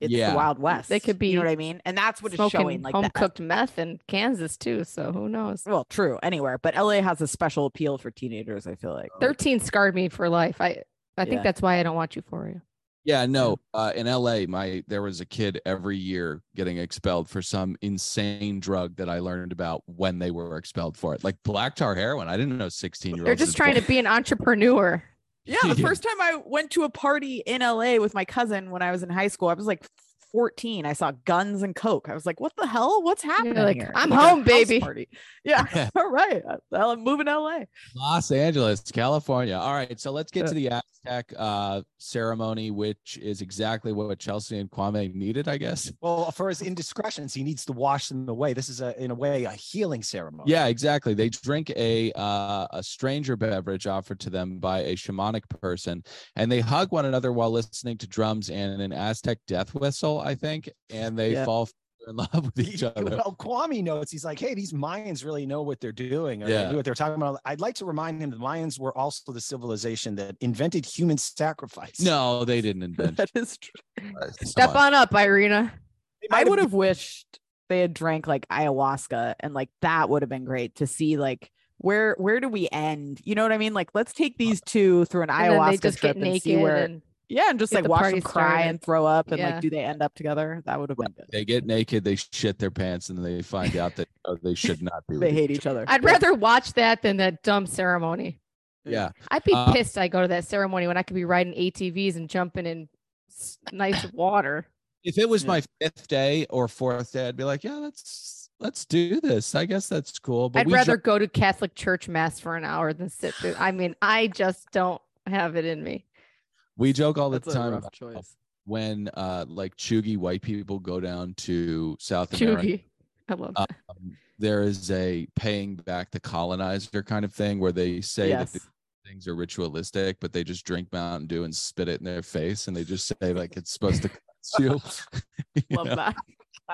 C: it's
D: Yeah.
C: the Wild West.
B: They could
C: you
B: be
C: know what I mean, and that's what it's
B: Smoking
C: showing. Like
B: home
C: that.
B: cooked meth in Kansas too, so who knows?
C: Well, true anywhere, but LA has a special appeal for teenagers. I feel like
B: Thirteen scarred me for life. I I think
C: Yeah.
B: that's why I don't watch Euphoria.
D: Yeah, no. Uh, in LA, my there was a kid every year getting expelled for some insane drug that I learned about when they were expelled for it, like black tar heroin. I didn't know sixteen year olds.
B: They're just trying to be an entrepreneur.
C: Yeah, the first time I went to a party in LA with my cousin when I was in high school, I was like 14. I saw guns and coke. I was like, "What the hell? What's happening?"
B: like,
C: here?
B: "I'm
C: Like a
B: home,
C: house
B: baby."
C: Party. Yeah, all right. Well, I'm moving to LA.
D: Los Angeles, California. All right, so let's get
C: Yeah.
D: to the Aztec uh, ceremony, which is exactly what Chelsea and Kwame needed, I guess.
E: Well, for his indiscretions, he needs to wash them away. This is a, in a way, a healing ceremony.
D: Yeah, exactly. They drink a uh, a stranger beverage offered to them by a shamanic person, and they hug one another while listening to drums and an Aztec death whistle, I think, and they
C: Yeah.
D: fall in love with each other.
E: Well, Kwame notes he's like, hey, these Mayans really know what they're doing or they
D: Yeah.
E: knew what they're talking about. I'd like to remind him the Mayans were also the civilization that invented human sacrifice.
D: No, they didn't invent.
C: that is true.
D: it.
B: Step
D: Come
B: on up, Irina.
E: They might
C: I
E: have
C: would have wished they had drank like ayahuasca and like that would have been great to see like where where do we end? You know what I mean? Like let's take these two through an
B: And then
C: ayahuasca
B: they just
C: trip
B: get
C: and
B: naked
C: see where
B: and
C: yeah, and just
B: get
C: like
B: the
C: watch
B: party
C: them cry and
B: started.
C: throw up and
B: Yeah.
C: like do they end up together? That would have been good.
D: They get naked, they shit their pants, and they find out that oh, they should not be. with
C: They
D: each
C: hate each other.
B: I'd rather watch that than that dumb ceremony.
D: Yeah.
B: I'd be
D: Uh,
B: pissed I go to that ceremony when I could be riding ATVs and jumping in s- nice water.
D: If it was
E: Yeah.
D: my fifth day or fourth day, I'd be like, yeah, let's let's do this. I guess that's cool. But
B: I'd
D: we
B: rather
D: dri-
B: go to Catholic church mass for an hour than sit through. I mean, I just don't have it in me.
D: we joke all the
F: That's a
D: time
F: rough
D: about
F: choice.
D: when uh like chuggy white people go down to South America.
B: Chugi. I love
D: Uh,
B: that.
D: um, there is a paying back the colonizer kind of thing where they say
C: yes.
D: that the things are ritualistic, but they just drink Mountain Dew and spit it in their face, and they just say like it's supposed to cleanse you. You
C: Love
D: know,
C: that.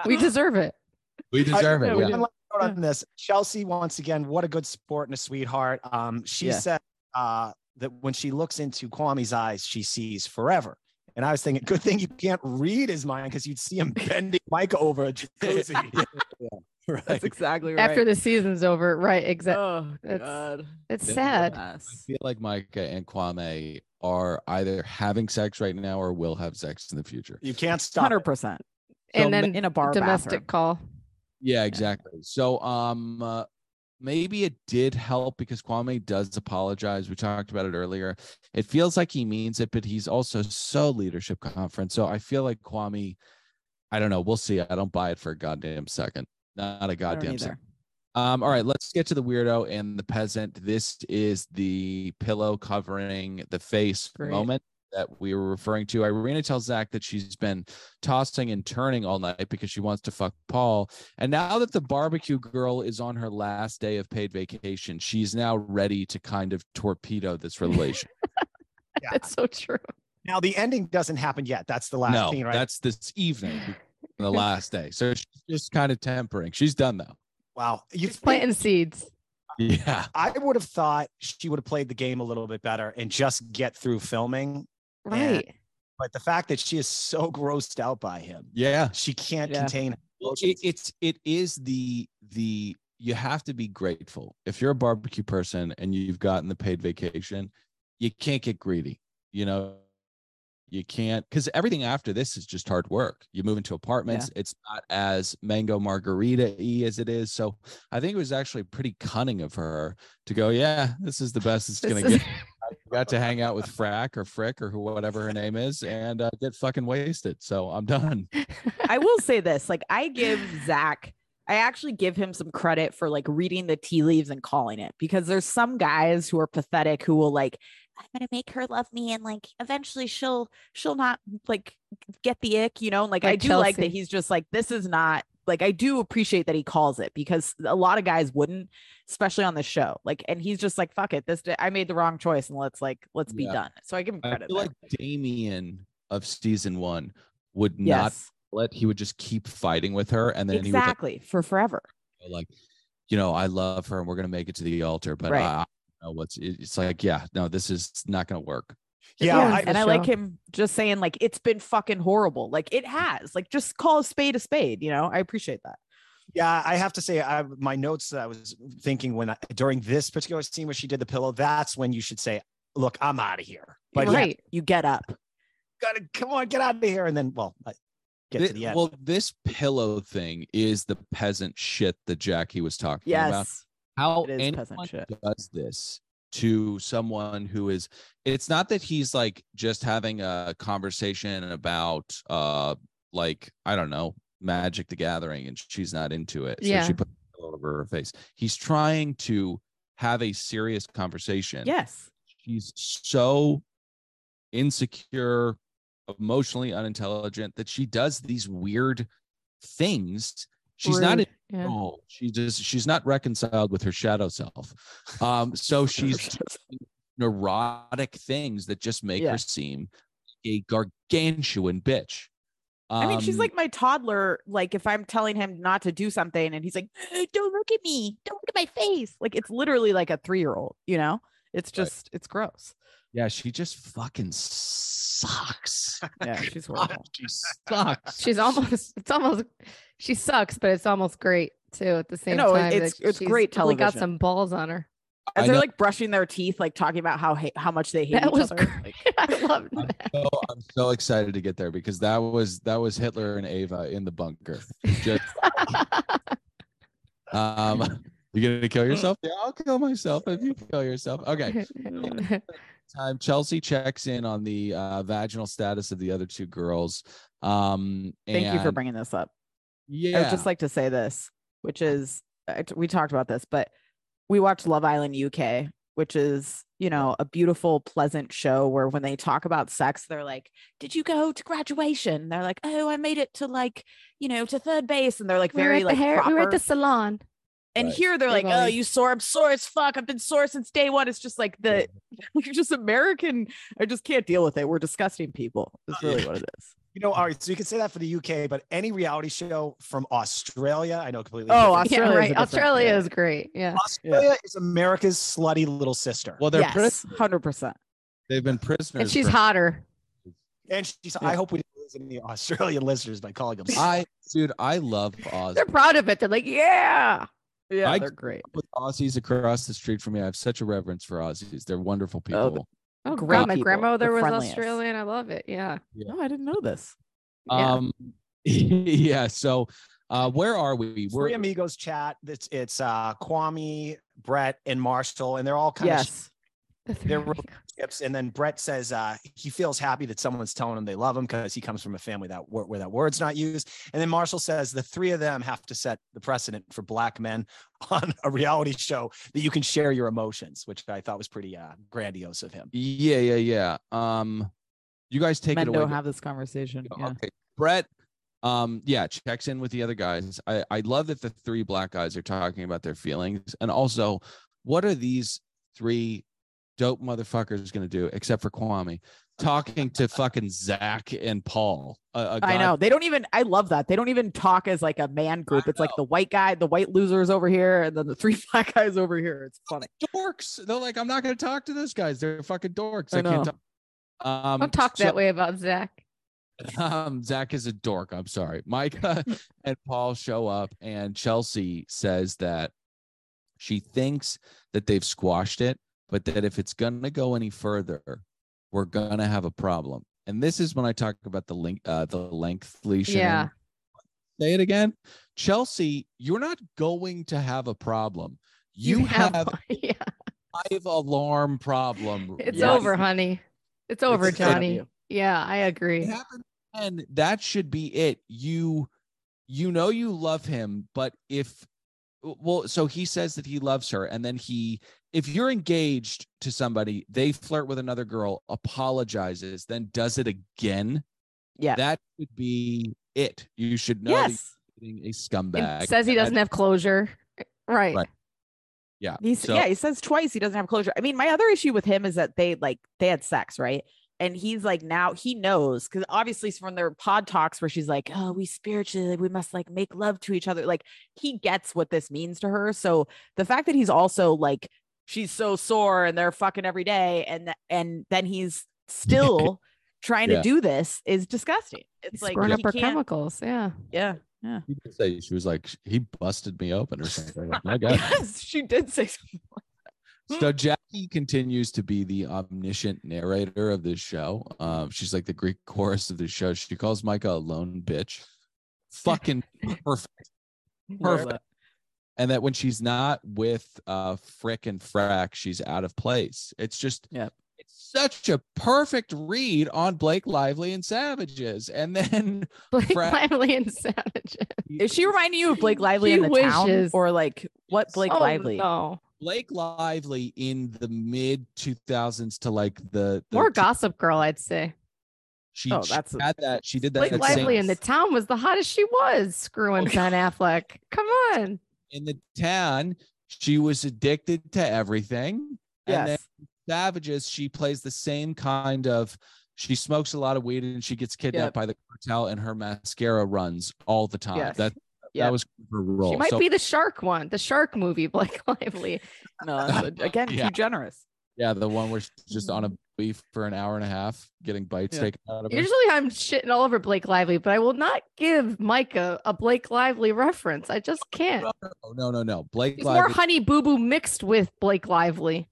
B: We deserve it.
D: We deserve
C: yeah,
D: it.
C: we
D: Yeah.
C: do.
E: One last note on this. Chelsea, once again, what a good sport and a sweetheart. Um, she
C: Yeah.
E: said uh, that when she looks into Kwame's eyes, she sees forever. And I was thinking, good thing you can't read his mind because you'd see him bending Mike over a jacuzzi.
F: That's exactly right.
B: After the season's over, right? Exactly.
F: oh
B: that's-
F: god.
B: it's
D: yeah.
B: sad.
D: I
C: Yes.
D: feel like Micah and Kwame are either having sex right now or will have sex in the future.
E: you can't stop. it.
C: 100%
B: and then
C: in a bar bathroom.
B: domestic call.
D: Yeah, exactly. So, um, uh, maybe it did help because Kwame does apologize. We talked about it earlier. It feels like he means it, but he's also so leadership conference. So I feel like Kwame. I don't know. We'll see. I don't buy it for a goddamn second. Not a
C: I don't
D: goddamn second.
C: either.
D: Um, all right, let's get to the weirdo and the peasant. This is the pillow covering the face
C: Great.
D: moment that we were referring to. Irina tells Zach that she's been tossing and turning all night because she wants to fuck Paul. And now that the barbecue girl is on her last day of paid vacation, she's now ready to kind of torpedo this relation.
E: Yeah.
B: That's so true.
E: Now the ending doesn't happen yet. That's the last
D: no,
E: scene, right?
D: that's this evening, the last day. So she's just kind of tempering. She's done though.
E: wow. You
B: Just planting seeds.
D: Yeah.
E: I would have thought she would have played the game a little bit better and just get through filming.
B: Right.
E: But the fact that she is so grossed out by him,
D: Yeah.
E: she can't
C: Yeah.
E: contain. her
D: Well, it,
E: emotions.
D: it's it is the the you have to be grateful if you're a barbecue person and you've gotten the paid vacation you can't get greedy you know you can't because everything after this is just hard work you move into apartments it's not as mango margarita y as it is so i think it was actually pretty cunning of her to go yeah this is the best it's
B: This
D: gonna
B: is-
D: get I got to hang out with frack or frick or who whatever her name is and uh, get fucking wasted so i'm done
C: I will say this like, I give Zach, I actually give him some credit for like reading the tea leaves and calling it because there's some guys who are pathetic who will like, I'm gonna make her love me and like eventually she'll she'll not like get the ick, you know. And, like I
B: Like
C: do like that
B: Chelsea.
C: he's just like this is not like I do appreciate that he calls it because a lot of guys wouldn't, especially on the show. Like, and he's just like, fuck it, this d- I made the wrong choice and let's like let's be
D: Yeah.
C: done. So I give him
D: I
C: credit.
D: feel
C: there.
D: like Damien of season one would not
C: yes,
D: let he would just keep fighting with her, and then
C: exactly for forever.
D: he would like, like, you know, I love her, and we're gonna make it to the altar, but
C: Right.
D: I, I don't know what's. it- It's like, yeah, no, this is not gonna work.
E: yeah,
B: Yeah.
E: I-
C: and
B: the
C: I like
B: show.
C: him just saying like it's been fucking horrible. Like it has. Like just call a spade a spade. You know, I appreciate that.
E: Yeah, I have to say, I, my notes that I was thinking when I, during this particular scene where she did the pillow, that's when you should say, "Look, I'm out of here." But yeah,
B: right.
C: You get up.
E: gotta come on, get out of here, and then well, I get to
D: Thi-
E: the end.
D: Well, this pillow thing is the peasant shit that Jackie was talking about.
C: Yes.
D: How
C: It is peasant
D: anyone
C: shit.
D: does this to someone who is it's not that he's like just having a conversation about uh like I don't know Magic the Gathering and she's not into it so
B: Yeah.
D: she put it all over her face. He's trying to have a serious conversation.
C: Yes.
D: She's so insecure, emotionally unintelligent that she does these weird things. She's not
B: Rude. Yeah.
D: no, she just she's not reconciled with her shadow self. Um, so she's doing neurotic things that just make
C: Yeah.
D: her seem a gargantuan bitch.
C: I mean, she's
D: Um,
C: like my toddler. Like if I'm telling him not to do something and he's like, "Eh, don't look at me. Don't look at my face. Like it's literally like a three year old, you know? It's
D: Right.
C: just it's gross.
D: yeah, she just fucking sucks.
C: Yeah, she's horrible.
E: She
C: Oh,
D: Sucks.
B: She's almost. It's almost. She sucks, but it's almost great too. At the same
C: know, it-
B: time,
C: it's-
B: that
C: it's
B: she's
C: great
B: really Got
C: television.
B: some balls on her.
D: I
C: As they're
D: know.
C: like brushing their teeth, like talking about how ha- how much they hate
B: That
C: each
B: was
C: other.
B: great.
C: Like,
B: I love
D: I'm
B: that.
D: so, I'm so excited to get there because that was that was Hitler and Ava in the bunker. Just um You gonna kill yourself? Yeah, I'll kill myself if you kill yourself. Okay. Time Chelsea checks in on the uh, vaginal status of the other two girls. Um,
C: Thank you for
D: and-
C: bringing this up. I
D: Yeah,
C: would just like to say this, which is I t- we talked about this, but we watched Love Island UK, which is, you know, a beautiful, pleasant show where when they talk about sex, they're like, Did you go to graduation? They're like, Oh, I made it to like, you know, to third base. And they're like,
B: we were
C: very
B: at the
C: like,
B: hair, we were at
C: proper.
B: the salon.
C: and
D: Right.
C: here they're
B: They've
C: like, Oh,
B: always-
C: you sore, I'm sore as fuck. I've been sore since day one. It's just like the, we're just American. I just can't deal with it. We're disgusting people, is really what it is.
E: You know, all right. So you can say that for the UK, but any reality show from Australia, I know completely.
C: Oh,
E: different.
B: yeah,
C: Australia is a
B: right.
C: different-
B: Australia
C: yeah.
B: is great. Yeah.
E: Australia is America's slutty little sister.
D: Well, they're
C: yes,
D: prisoners.
C: 100%.
D: They've been prisoners.
B: And she's
D: for-
B: hotter.
E: and she's, I hope we didn't lose any Australian listeners by calling them.
D: I, dude, I love Oz.
B: They're proud of it. They're like, yeah.
C: Yeah,
D: I-
C: they're great.
D: with Aussies across the street from me. I have such a reverence for Aussies. They're wonderful people.
C: Oh,
B: Oh,
C: Great
B: God, my
C: people,
B: grandmother
C: the
B: was
C: friendliest.
B: Australian. I love it. Yeah.
C: No, I didn't know this.
B: Yeah.
D: Um, yeah. So, uh, where are we?
E: Three
D: We're
E: amigos chat. It's it's uh, Kwame, Brett, and Marshall, and they're all kind of
C: Yes.
B: The three
E: They're
B: of
E: real-
B: you.
E: tips. And then Brett says uh, he feels happy that someone's telling him they love him because he comes from a family that wor- where that word's not used. And then Marshall says the three of them have to set the precedent for black men on a reality show that you can share your emotions, which I thought was pretty uh, grandiose of him.
D: yeah, yeah, yeah. Um, you guys take
C: Men
D: it away.
C: don't have this conversation. Yeah.
D: Okay. Brett, um, yeah, checks in with the other guys. I, I love that the three black guys are talking about their feelings. And also, what are these three dope motherfuckers going to do, except for Kwame, talking to fucking Zach and Paul? A, a
C: I
D: guy-
C: know. They don't even, I love that. They don't even talk as like a man group. It's like the white guy, the white losers over here, and then the three black guys over here. It's funny.
D: Dorks. They're like, I'm not going to talk to those guys. They're fucking dorks.
C: I
D: I,
C: know.
D: can't talk. Um,
B: Don't talk
D: so-
B: that way about Zach.
D: um, Zach is a dork. I'm sorry. Micah and Paul show up, and Chelsea says that she thinks that they've squashed it, but that if it's going to go any further, we're going to have a problem. And this is when I talk about the link, uh, the lengthly.
B: Yeah.
D: shenan- Say it again, Chelsea. You're not going to have a problem. You, have,
B: one. yeah.
D: a five alarm problem.
B: It's
D: right
B: over, honey. It's over,
C: It's-
B: Johnny. Yeah, I agree.
D: it happened and that should be it you you know you love him but if well so he says that he loves her and then he if you're engaged to somebody they flirt with another girl apologizes then does it again
C: Yeah.
D: that should be it you should know that
C: yes.
D: you're being a
B: And
D: scumbag
B: says he doesn't have closure. Right.
D: Right. yeah
C: He's,
D: so-
C: yeah, he says twice he doesn't have closure. I mean, my other issue with him is that they like, they had sex, right? And he's like, now he knows because obviously it's from their pod talks where she's like, oh, we spiritually, we must like make love to each other. Like he gets what this means to her. So the fact that he's also like, she's so sore and they're fucking every day and th- and then he's still trying
D: Yeah.
C: to do this is disgusting. It's
B: He's
C: like
B: screwing
C: he
B: up her
C: can't-
B: chemicals. Yeah.
C: Yeah.
D: he did say she was like he busted me open or something like, my god
C: Yes, she did say something.
D: So Jackie continues to be the omniscient narrator of this show. Um, she's like the Greek chorus of this show. She calls Micah a lone bitch. Fucking perfect. Perfect. And that when she's not with uh Frick and Frack, she's out of place. It's just
C: Yep.
D: it's such a perfect read on Blake Lively and Savages. And then
B: Blake
D: Fra-
B: Lively and Savages.
C: Is she reminding you of Blake Lively in
B: She
C: the town
B: wishes.
C: or like what Blake
B: Oh,
C: Lively?
B: No.
D: Blake Lively in the mid 2000s to like the, the
B: More Gossip Girl, I'd say.
D: she,
C: Oh,
D: she
C: that's a-
D: had that she did that
B: Blake
D: at
C: same-
B: Lively in the town was the hottest she was, screwing Ben Affleck. Come on.
D: in the town, she was addicted to everything. And then
C: Yes.
D: Savages, she plays the same kind of she smokes a lot of weed and she gets kidnapped
C: Yep.
D: by the cartel and her mascara runs all the time.
C: Yes.
D: That
C: Yep.
D: that was her role.
B: She might
D: so
B: be the shark one, the shark movie, Blake Lively.
C: No, that's- again,
D: Yeah.
C: too generous.
D: yeah, the one where she's just on a beef for an hour and a half getting bites
C: Yeah.
D: taken out of her.
B: Usually I'm shitting all over Blake Lively, but I will not give Micah a Blake Lively reference. I just can't.
D: Oh, no, no, no. Blake
B: She's more
D: Lively.
B: Honey Boo Boo mixed with Blake Lively.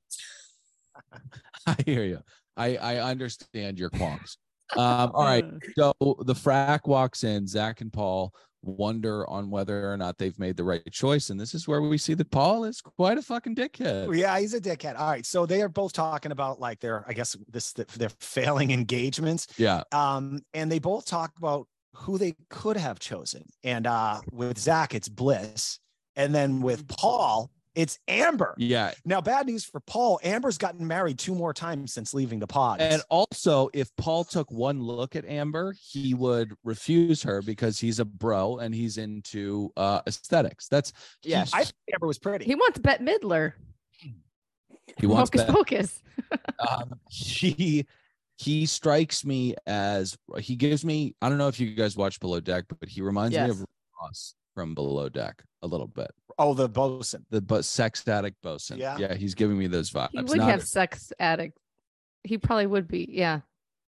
D: I hear you. I, I
C: Mm.
D: understand your qualms. um, all right. So the frack walks in, Zach and Paul. wonder on whether or not they've made the right choice. And this is where we see that Paul is quite a fucking dickhead.
E: Oh, Yeah, he's a dickhead. All right, so they are both talking about like their, I guess this their failing engagements,
D: Yeah.
E: um, and they both talk about who they could have chosen. And uh, with Zach, it's Bliss, and then with Paul, it's Amber.
D: Yeah.
E: Now, bad news for Paul. Amber's gotten married two more times since leaving the pod.
D: And also, if Paul took one look at Amber, he would refuse her because he's a bro and he's into uh, aesthetics. That's
F: Yes.
E: I think Amber was pretty.
B: He wants Bette Midler.
D: he wants
B: Hocus
D: that.
B: Pocus.
D: um, he he strikes me as he gives me i don't know if you guys watch below deck but he reminds me
C: Yes.
D: of ross from below deck a little bit
E: oh, the bosun.
D: the but sex addict bosun
E: Yeah.
D: he's giving me those vibes
B: He would
D: Not-
B: have sex addict. He probably would be. Yeah.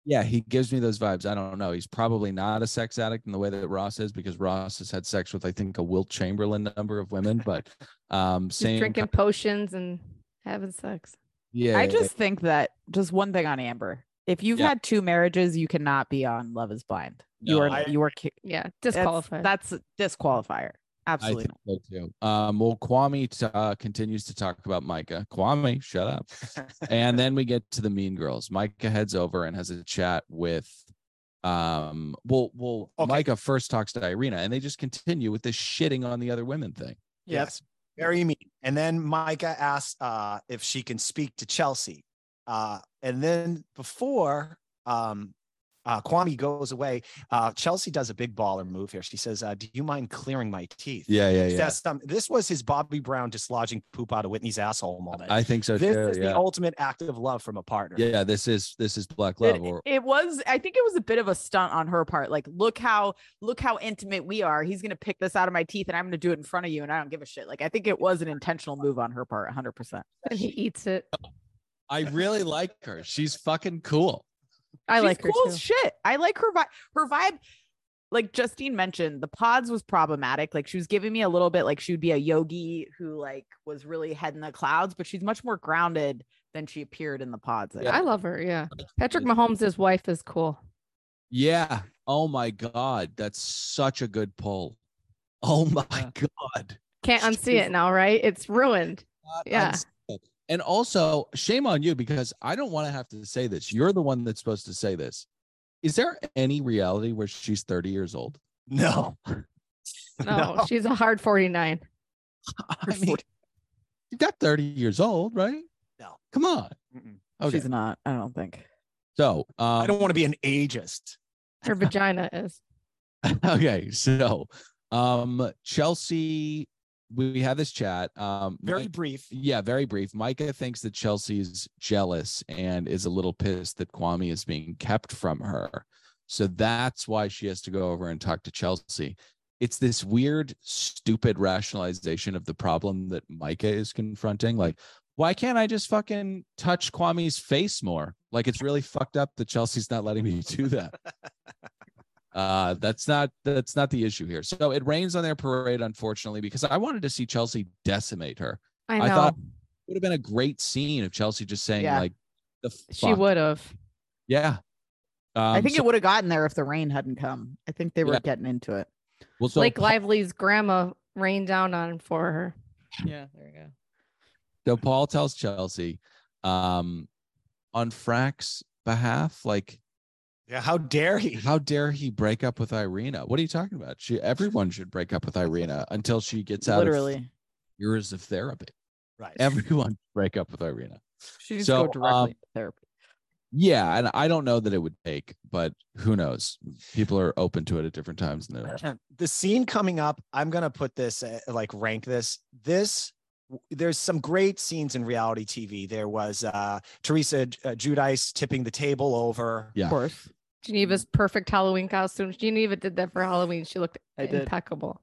D: yeah he gives me those vibes i don't know he's probably not a sex addict in the way that ross is because ross has had sex with i think a wilt chamberlain number of women but um
B: Just
D: same
B: drinking
D: kind-
B: potions and having sex.
D: yeah
C: I just think that just one thing on Amber. If you've
D: Yeah.
C: had two marriages, you cannot be on Love Is Blind. you
D: No,
C: are
E: I-
C: you are ki-
B: Yeah.
C: that's-
B: Disqualified.
C: That's a disqualifier.
D: I
C: Absolutely.
D: think so too. Um, well, Kwame t- uh, continues to talk about Micah. Kwame, shut up. and then we get to the Mean Girls. Micah heads over and has a chat with. Um. Well, well.
E: Okay.
D: Micah first talks to Irina, and they just continue with this shitting on the other women thing.
E: Yes. Very mean. And then Micah asks uh, if she can speak to Chelsea. Uh, and then before um, uh, Kwame goes away, uh, Chelsea does a big baller move here. She says, uh, Do you mind clearing my teeth?
D: Yeah, yeah,
E: That's, um, this was his Bobby Brown dislodging poop out of Whitney's asshole moment.
D: I think so
E: this
D: too.
E: is
D: Yeah.
E: the ultimate act of love from a partner.
D: yeah. This is this is
C: It,
D: Black Love. Or,
C: it was I think it was a bit of a stunt on her part. Like, look how look how intimate we are. He's gonna pick this out of my teeth and I'm gonna do it in front of you and I don't give a shit. Like I think it was an intentional move on her part, hundred percent.
B: and he eats it.
D: I really like her. She's fucking cool.
B: I
C: She's
B: like her
C: cool
B: too.
C: as shit. I like her vibe. Her vibe, like Justine mentioned, the pods was problematic. Like she was giving me a little bit like she would be a yogi who like was really head in the clouds, but she's much more grounded than she appeared in the pods. I
D: Yeah.
B: I
C: think.
B: love her. Yeah. Patrick Mahomes' wife is cool.
D: Yeah. Oh my God, that's such a good pull. Oh my God.
B: Can't unsee it now, right? It's ruined.
D: not
B: Yeah.
D: unsaid. And also, shame on you because I don't want to have to say this. You're the one that's supposed to say this. Is there any reality where she's 30 years old?
E: No.
B: No, she's a hard 49.
D: I mean, she's not 30 years old, right?
E: No.
D: Come on.
E: Mm-mm.
D: Okay.
C: She's not. I don't think.
D: so, um,
E: I don't want to be an ageist.
B: Her vagina is.
D: okay. So, um, Chelsea, we, we had this chat. Um,
E: Very
D: Mike-
E: brief.
D: yeah, very brief. Micah thinks that Chelsea's jealous and is a little pissed that Kwame is being kept from her. So that's why she has to go over and talk to Chelsea. It's this weird, stupid rationalization of the problem that Micah is confronting. Like, why can't I just fucking touch Kwame's face more? Like, it's really fucked up that Chelsea's not letting me do that. Uh, that's not that's not the issue here. So it rains on their parade, unfortunately, because I wanted to see Chelsea decimate her
B: I know.
D: I thought would have been a great scene of Chelsea just saying
C: Yeah.
D: like the
B: she
D: fuck.
B: would have.
D: Yeah. Um,
C: I think
D: so,
C: it would have gotten there if the rain hadn't come. I think they were
D: Yeah.
C: getting into it.
D: well, so,
B: Blake
D: Pa-
B: Lively's grandma rained down on for her.
C: Yeah, there you go.
D: so Paul tells Chelsea um, on Frack's behalf, like,
E: Yeah, how dare he?
D: how dare he break up with Irina? What are you talking about? She, everyone should break up with Irina until she gets out of
C: Literally,
D: years of therapy.
E: Right.
D: Everyone should break up with Irina.
C: she just
D: So,
C: go directly
D: um,
C: to therapy.
D: Yeah, and I don't know that it would take, but who knows? People are open to it at different times in their life.
E: the scene coming up i'm gonna put this uh, like rank this this there's some great scenes in reality tv there was uh teresa uh, judice tipping the table over
D: Yeah.
C: Of course,
B: Geneva's
C: Mm-hmm.
B: perfect Halloween costume. Geneva did that for Halloween. She looked
C: I did.
B: impeccable.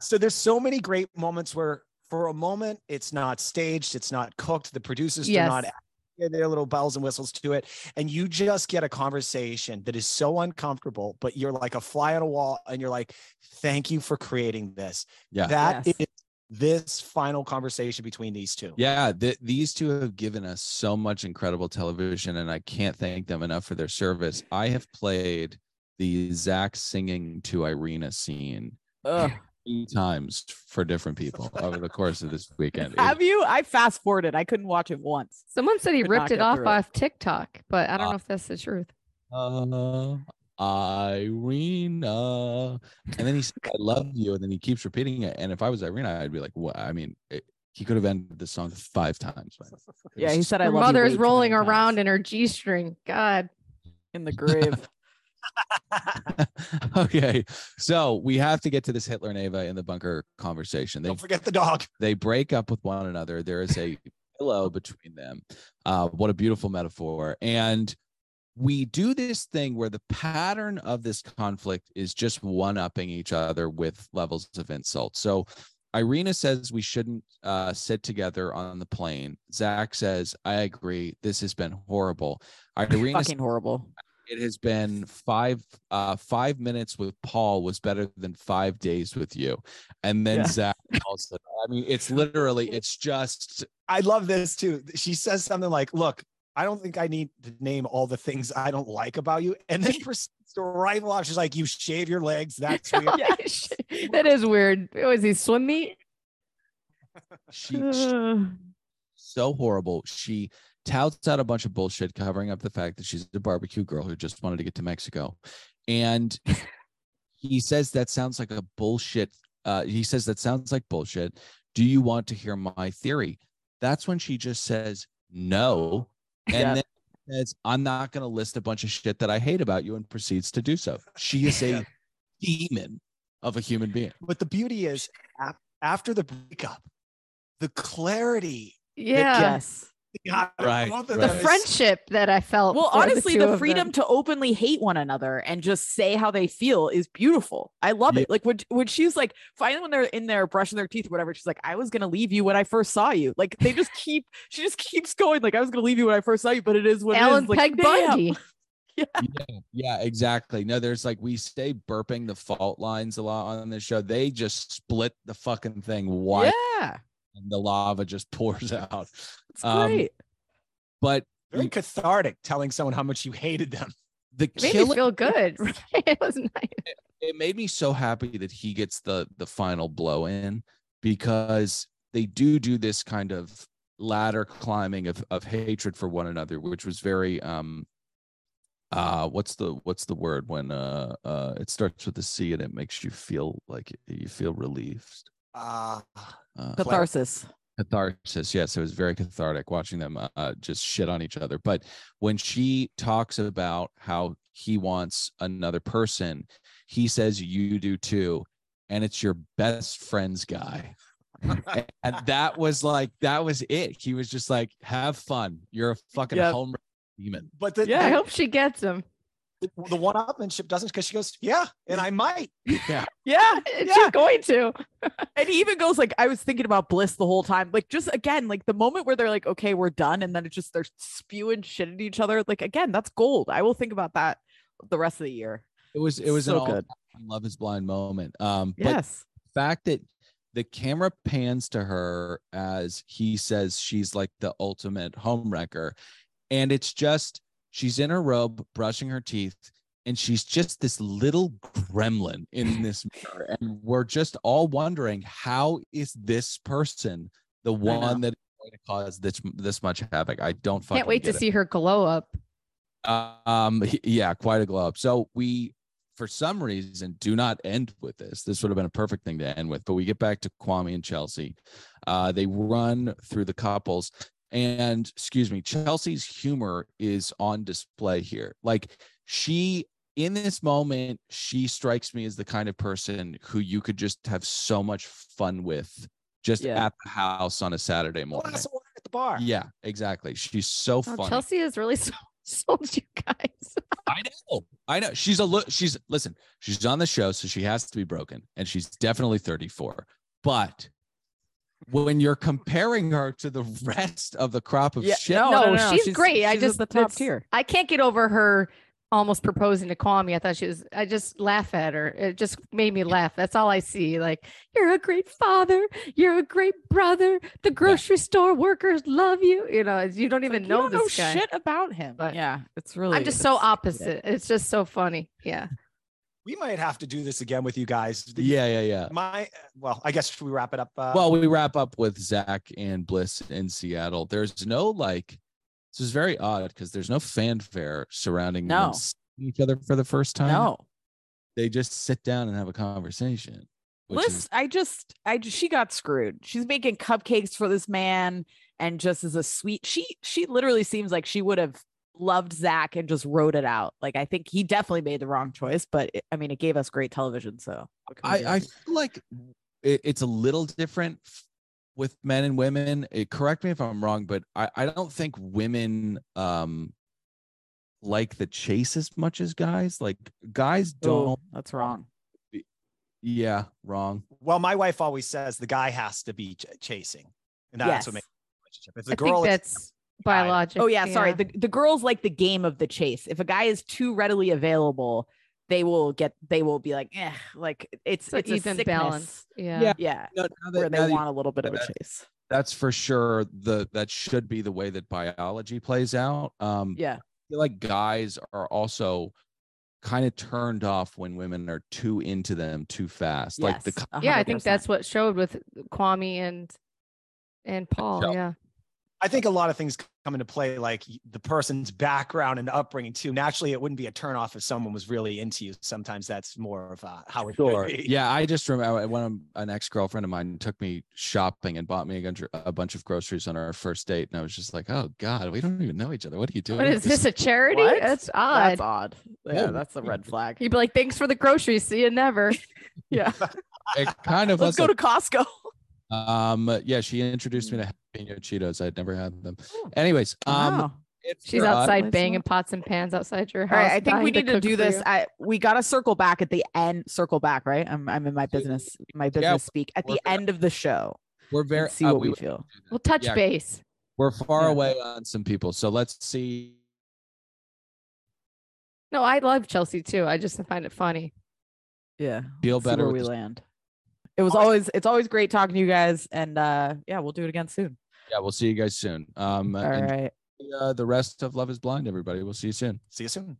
E: so there's so many great moments where for a moment it's not staged it's not cooked the producers do not
B: Yes.
E: add their little bells and whistles to it and you just get a conversation that is so uncomfortable but you're like a fly on a wall and you're like thank you for creating this
D: Yeah.
E: That is
C: Yes.
E: this final conversation between these two
D: Yeah, th- these two have given us so much incredible television, and I can't thank them enough for their service. I have played the Zach singing to Irina scene
C: Ugh.
D: three times for different people over the course of this weekend. It-
C: Have you? I fast forwarded. I couldn't watch it once.
B: Someone said he
C: Could
B: ripped
C: not
B: it
C: get
B: off
C: through it.
B: off TikTok, but I don't
D: Uh,
B: know if that's the truth.
D: Uh, Irina. And then he said, I love you. And then he keeps repeating it. And if I was Irina, I'd be like, what? I mean, it, he could have ended the song five times. man. It
C: Yeah,
D: was
C: he said I
B: Her
C: love you
B: mother
C: way
B: is
C: too
B: rolling
C: many times.
B: around in her G string. God.
C: in the grave.
D: okay. So we have to get to this Hitler and Ava in the bunker conversation. They
E: Don't forget the dog.
D: they break up with one another. There is a pillow between them. Uh, what a beautiful metaphor. And we do this thing where the pattern of this conflict is just one upping each other with levels of insult. So Irina says we shouldn't uh, sit together on the plane. Zach says, I agree. This has been horrible. Irina
C: Fucking horrible.
D: it has been five uh five minutes with paul was better than five days with you and then
C: Yeah.
D: zach also i mean it's literally it's just
E: I love this too. She says something like, "Look, I don't think I need to name all the things I don't like about you," and then proceeds to rifle off. She's like, "You shave your legs. That's
C: Oh,
E: weird."
B: that is weird. Was he swim meet?
D: she, she's so horrible she touts out a bunch of bullshit covering up the fact that she's a barbecue girl who just wanted to get to mexico and he says that sounds like a bullshit uh he says that sounds like bullshit do you want to hear my theory that's when she just says no and
C: Yeah.
D: then says i'm not going to list a bunch of shit that i hate about you and proceeds to do so she is a demon of a human being
E: But the beauty is, af- after the breakup, the clarity.
B: Yeah.
C: Yes.
E: got
D: Right,
E: both of
D: right.
B: The
E: them is-
B: friendship that I felt.
C: Well,
B: for
C: honestly,
B: two
C: the,
B: of them.
C: freedom to openly hate one another and just say how they feel is beautiful. I love
D: Yeah.
C: it. Like when, when she's like, finally, when they're in there brushing their teeth or whatever, she's like, I was going to leave you when I first saw you. Like they just keep, she just keeps going, like, I was going to leave you when I first saw you, but it is what
B: Alan
C: it is. Like,
B: Peg
C: damn.
B: Bundy.
D: yeah, yeah, exactly. No, there's like we stay burping the fault lines a lot on this show. They just split the fucking thing wide
C: Yeah.
D: and the lava just pours out.
C: It's
D: Um,
C: great.
D: But
E: Very cathartic telling someone how much you hated them.
D: the
B: It made me
D: killing
B: feel good. it was nice.
D: it made me so happy that he gets the the final blow in because they do do this kind of ladder climbing of of hatred for one another which was very um uh what's the what's the word when uh uh it starts with a c and it makes you feel like you feel relieved
E: Uh,
D: uh,
C: Catharsis.
D: catharsis yes it was very cathartic watching them uh, uh, just shit on each other but when she talks about how he wants another person he says you do too and it's your best friend's guy and, and that was like that was it he was just like have fun you're a fucking
C: Yep.
D: home demon
E: but the,
B: I
C: Yeah.
B: hope she gets him.
E: the, the one-upmanship doesn't because she goes, "Yeah, and I might."
C: Yeah.
B: She's going to.
C: And he even goes like, I was thinking about Bliss the whole time. Like, just again, like the moment where they're like, okay, we're done, and then it's just they're spewing shit at each other. Like again, that's gold. I will think about that the rest of the year.
D: it was it was an
C: so
D: all
C: good.
D: love is blind moment um but
C: Yes.
D: fact that the camera pans to her as he says she's like the ultimate homewrecker. And it's just she's in her robe, brushing her teeth, and she's just this little gremlin in this mirror. And we're just all wondering how is this person the
C: know.
D: one that is going to cause this this much havoc? I don't fucking
B: Can't wait
D: get
B: to
D: it
B: see her glow up.
D: um h- yeah quite a glow up so we for some reason do not end with this this would have been a perfect thing to end with but we get back to kwame and chelsea uh they run through the couples and excuse me chelsea's humor is on display here like she in this moment she strikes me as the kind of person who you could just have so much fun with just
C: Yeah.
D: at the house on a saturday morning
E: Glass of water at the bar.
D: yeah exactly she's so
B: Oh,
D: funny
B: Chelsea has really so- sold you guys.
D: I know. I know. She's a look. She's listen. She's on the show, so she has to be broken, and she's definitely 34. But when you're comparing her to the rest of the crop of
C: Yeah,
D: shit,
C: Oh, no.
B: no, she's, great. I
C: she's at
B: just
C: the top
B: it's-
C: tier.
B: I can't get over her almost proposing to call me. I thought she was. I just laugh at her. It just made me laugh. That's all I see. Like you're a great father. You're a great brother. The grocery store workers love you. You know, you don't even
C: Like,
B: know
C: you don't
B: this guy.
C: shit about him.
B: But-
C: yeah, it's really.
B: I'm just so
C: it's-
B: opposite. It's just so funny. Yeah.
E: we might have to do this again with you guys. The-
D: Yeah, yeah, yeah.
E: My well, I guess should we wrap it up? Uh,
D: Well, we wrap up with Zach and Bliss in Seattle. There's no like, this is very odd because there's no fanfare surrounding them
C: No.
D: seeing each other for the first time.
C: No.
D: They just sit down and have a conversation. which
C: Bliss,
D: is-
C: I just, I just, she got screwed. She's making cupcakes for this man, and just as a sweet, she, she literally seems like she would have loved Zach and just wrote it out. Like I think he definitely made the wrong choice, but it, I mean, it gave us great television. So what can we do?
D: I, I feel like it, it's a little different f- with men and women. Eh, correct me if I'm wrong, but I, I don't think women um like the chase as much as guys. Like guys
C: Ooh,
D: don't.
C: that's wrong.
D: Yeah, wrong.
E: well, my wife always says the guy has to be ch- chasing, and
C: Yes.
E: that's what makes a relationship. If the
B: I
E: girl
B: think
E: is-
B: that's biologic.
C: Oh yeah, sorry. The the girls like the game of the chase. If a guy is too readily available, they will get, they will be like, eh, like it's
B: so
C: it's a
B: even
C: sickness.
B: balance. Yeah.
D: Yeah.
C: Yeah,
D: No, now that-
C: where
D: now
C: they
D: that you-
C: want a little bit of a
D: that-
C: chase.
D: that's for sure. The that should be the way that biology plays out. Um,
C: Yeah.
D: I feel like guys are also kind of turned off when women are too into them too fast. Like the
C: Yes, a
B: Yeah, I
C: hundred
B: think
C: percent.
B: that's what showed with Kwame and and Paul.
D: Michelle.
B: Yeah.
E: I think a lot of things come into play, like the person's background and upbringing too. Naturally, it wouldn't be a turnoff if someone was really into you. Sometimes that's more of uh, how it should
D: Sure.
E: be.
D: Yeah, I just remember when I'm- an ex girlfriend of mine took me shopping and bought me a, gun- a bunch of groceries on our first date, and I was just like, "Oh God, we don't even know each other. What are you doing?"
B: What
D: with
B: is this a charity?
C: What?
B: That's odd.
C: That's odd.
D: Yeah.
C: Yeah, that's a red flag.
B: You'd be like, thanks for the groceries. See you never.
C: Yeah.
D: It kind of
C: Let's go
D: was.
C: to Costco.
D: a- um, yeah, she introduced me to jalapeno Cheetos. I'd never had them. Anyways, um,
C: Hmm. Oh, Wow.
D: if
B: She's
D: you're on-
B: outside
C: Why it's
B: banging
C: not-
B: pots and pans outside your house.
C: All right, I think we
B: dying
C: need to
B: cook for
C: do this.
B: you.
C: I, we got to circle back at the end. Circle back, right? I'm I'm in my business, my business speak at
D: we're
C: the
D: gonna-
C: end of the show.
D: we're
C: and
D: very
C: see
D: uh,
C: what
D: we
C: we,
D: would-
C: feel.
B: We'll touch
D: Yeah.
B: base.
D: we're far
C: Yeah.
D: away on some people, so let's see.
B: No, I love Chelsea too. I just find it funny.
C: Yeah,
D: Feel
C: let's see
D: better
C: where
D: with
C: we
D: this-
C: land. It was always it's always great talking to you guys, and uh yeah, we'll do it again soon.
D: Yeah, we'll see you guys soon. Um,
C: All
D: enjoy,
C: right.
D: uh, the rest of Love Is Blind, everybody. We'll see you soon.
E: See you soon.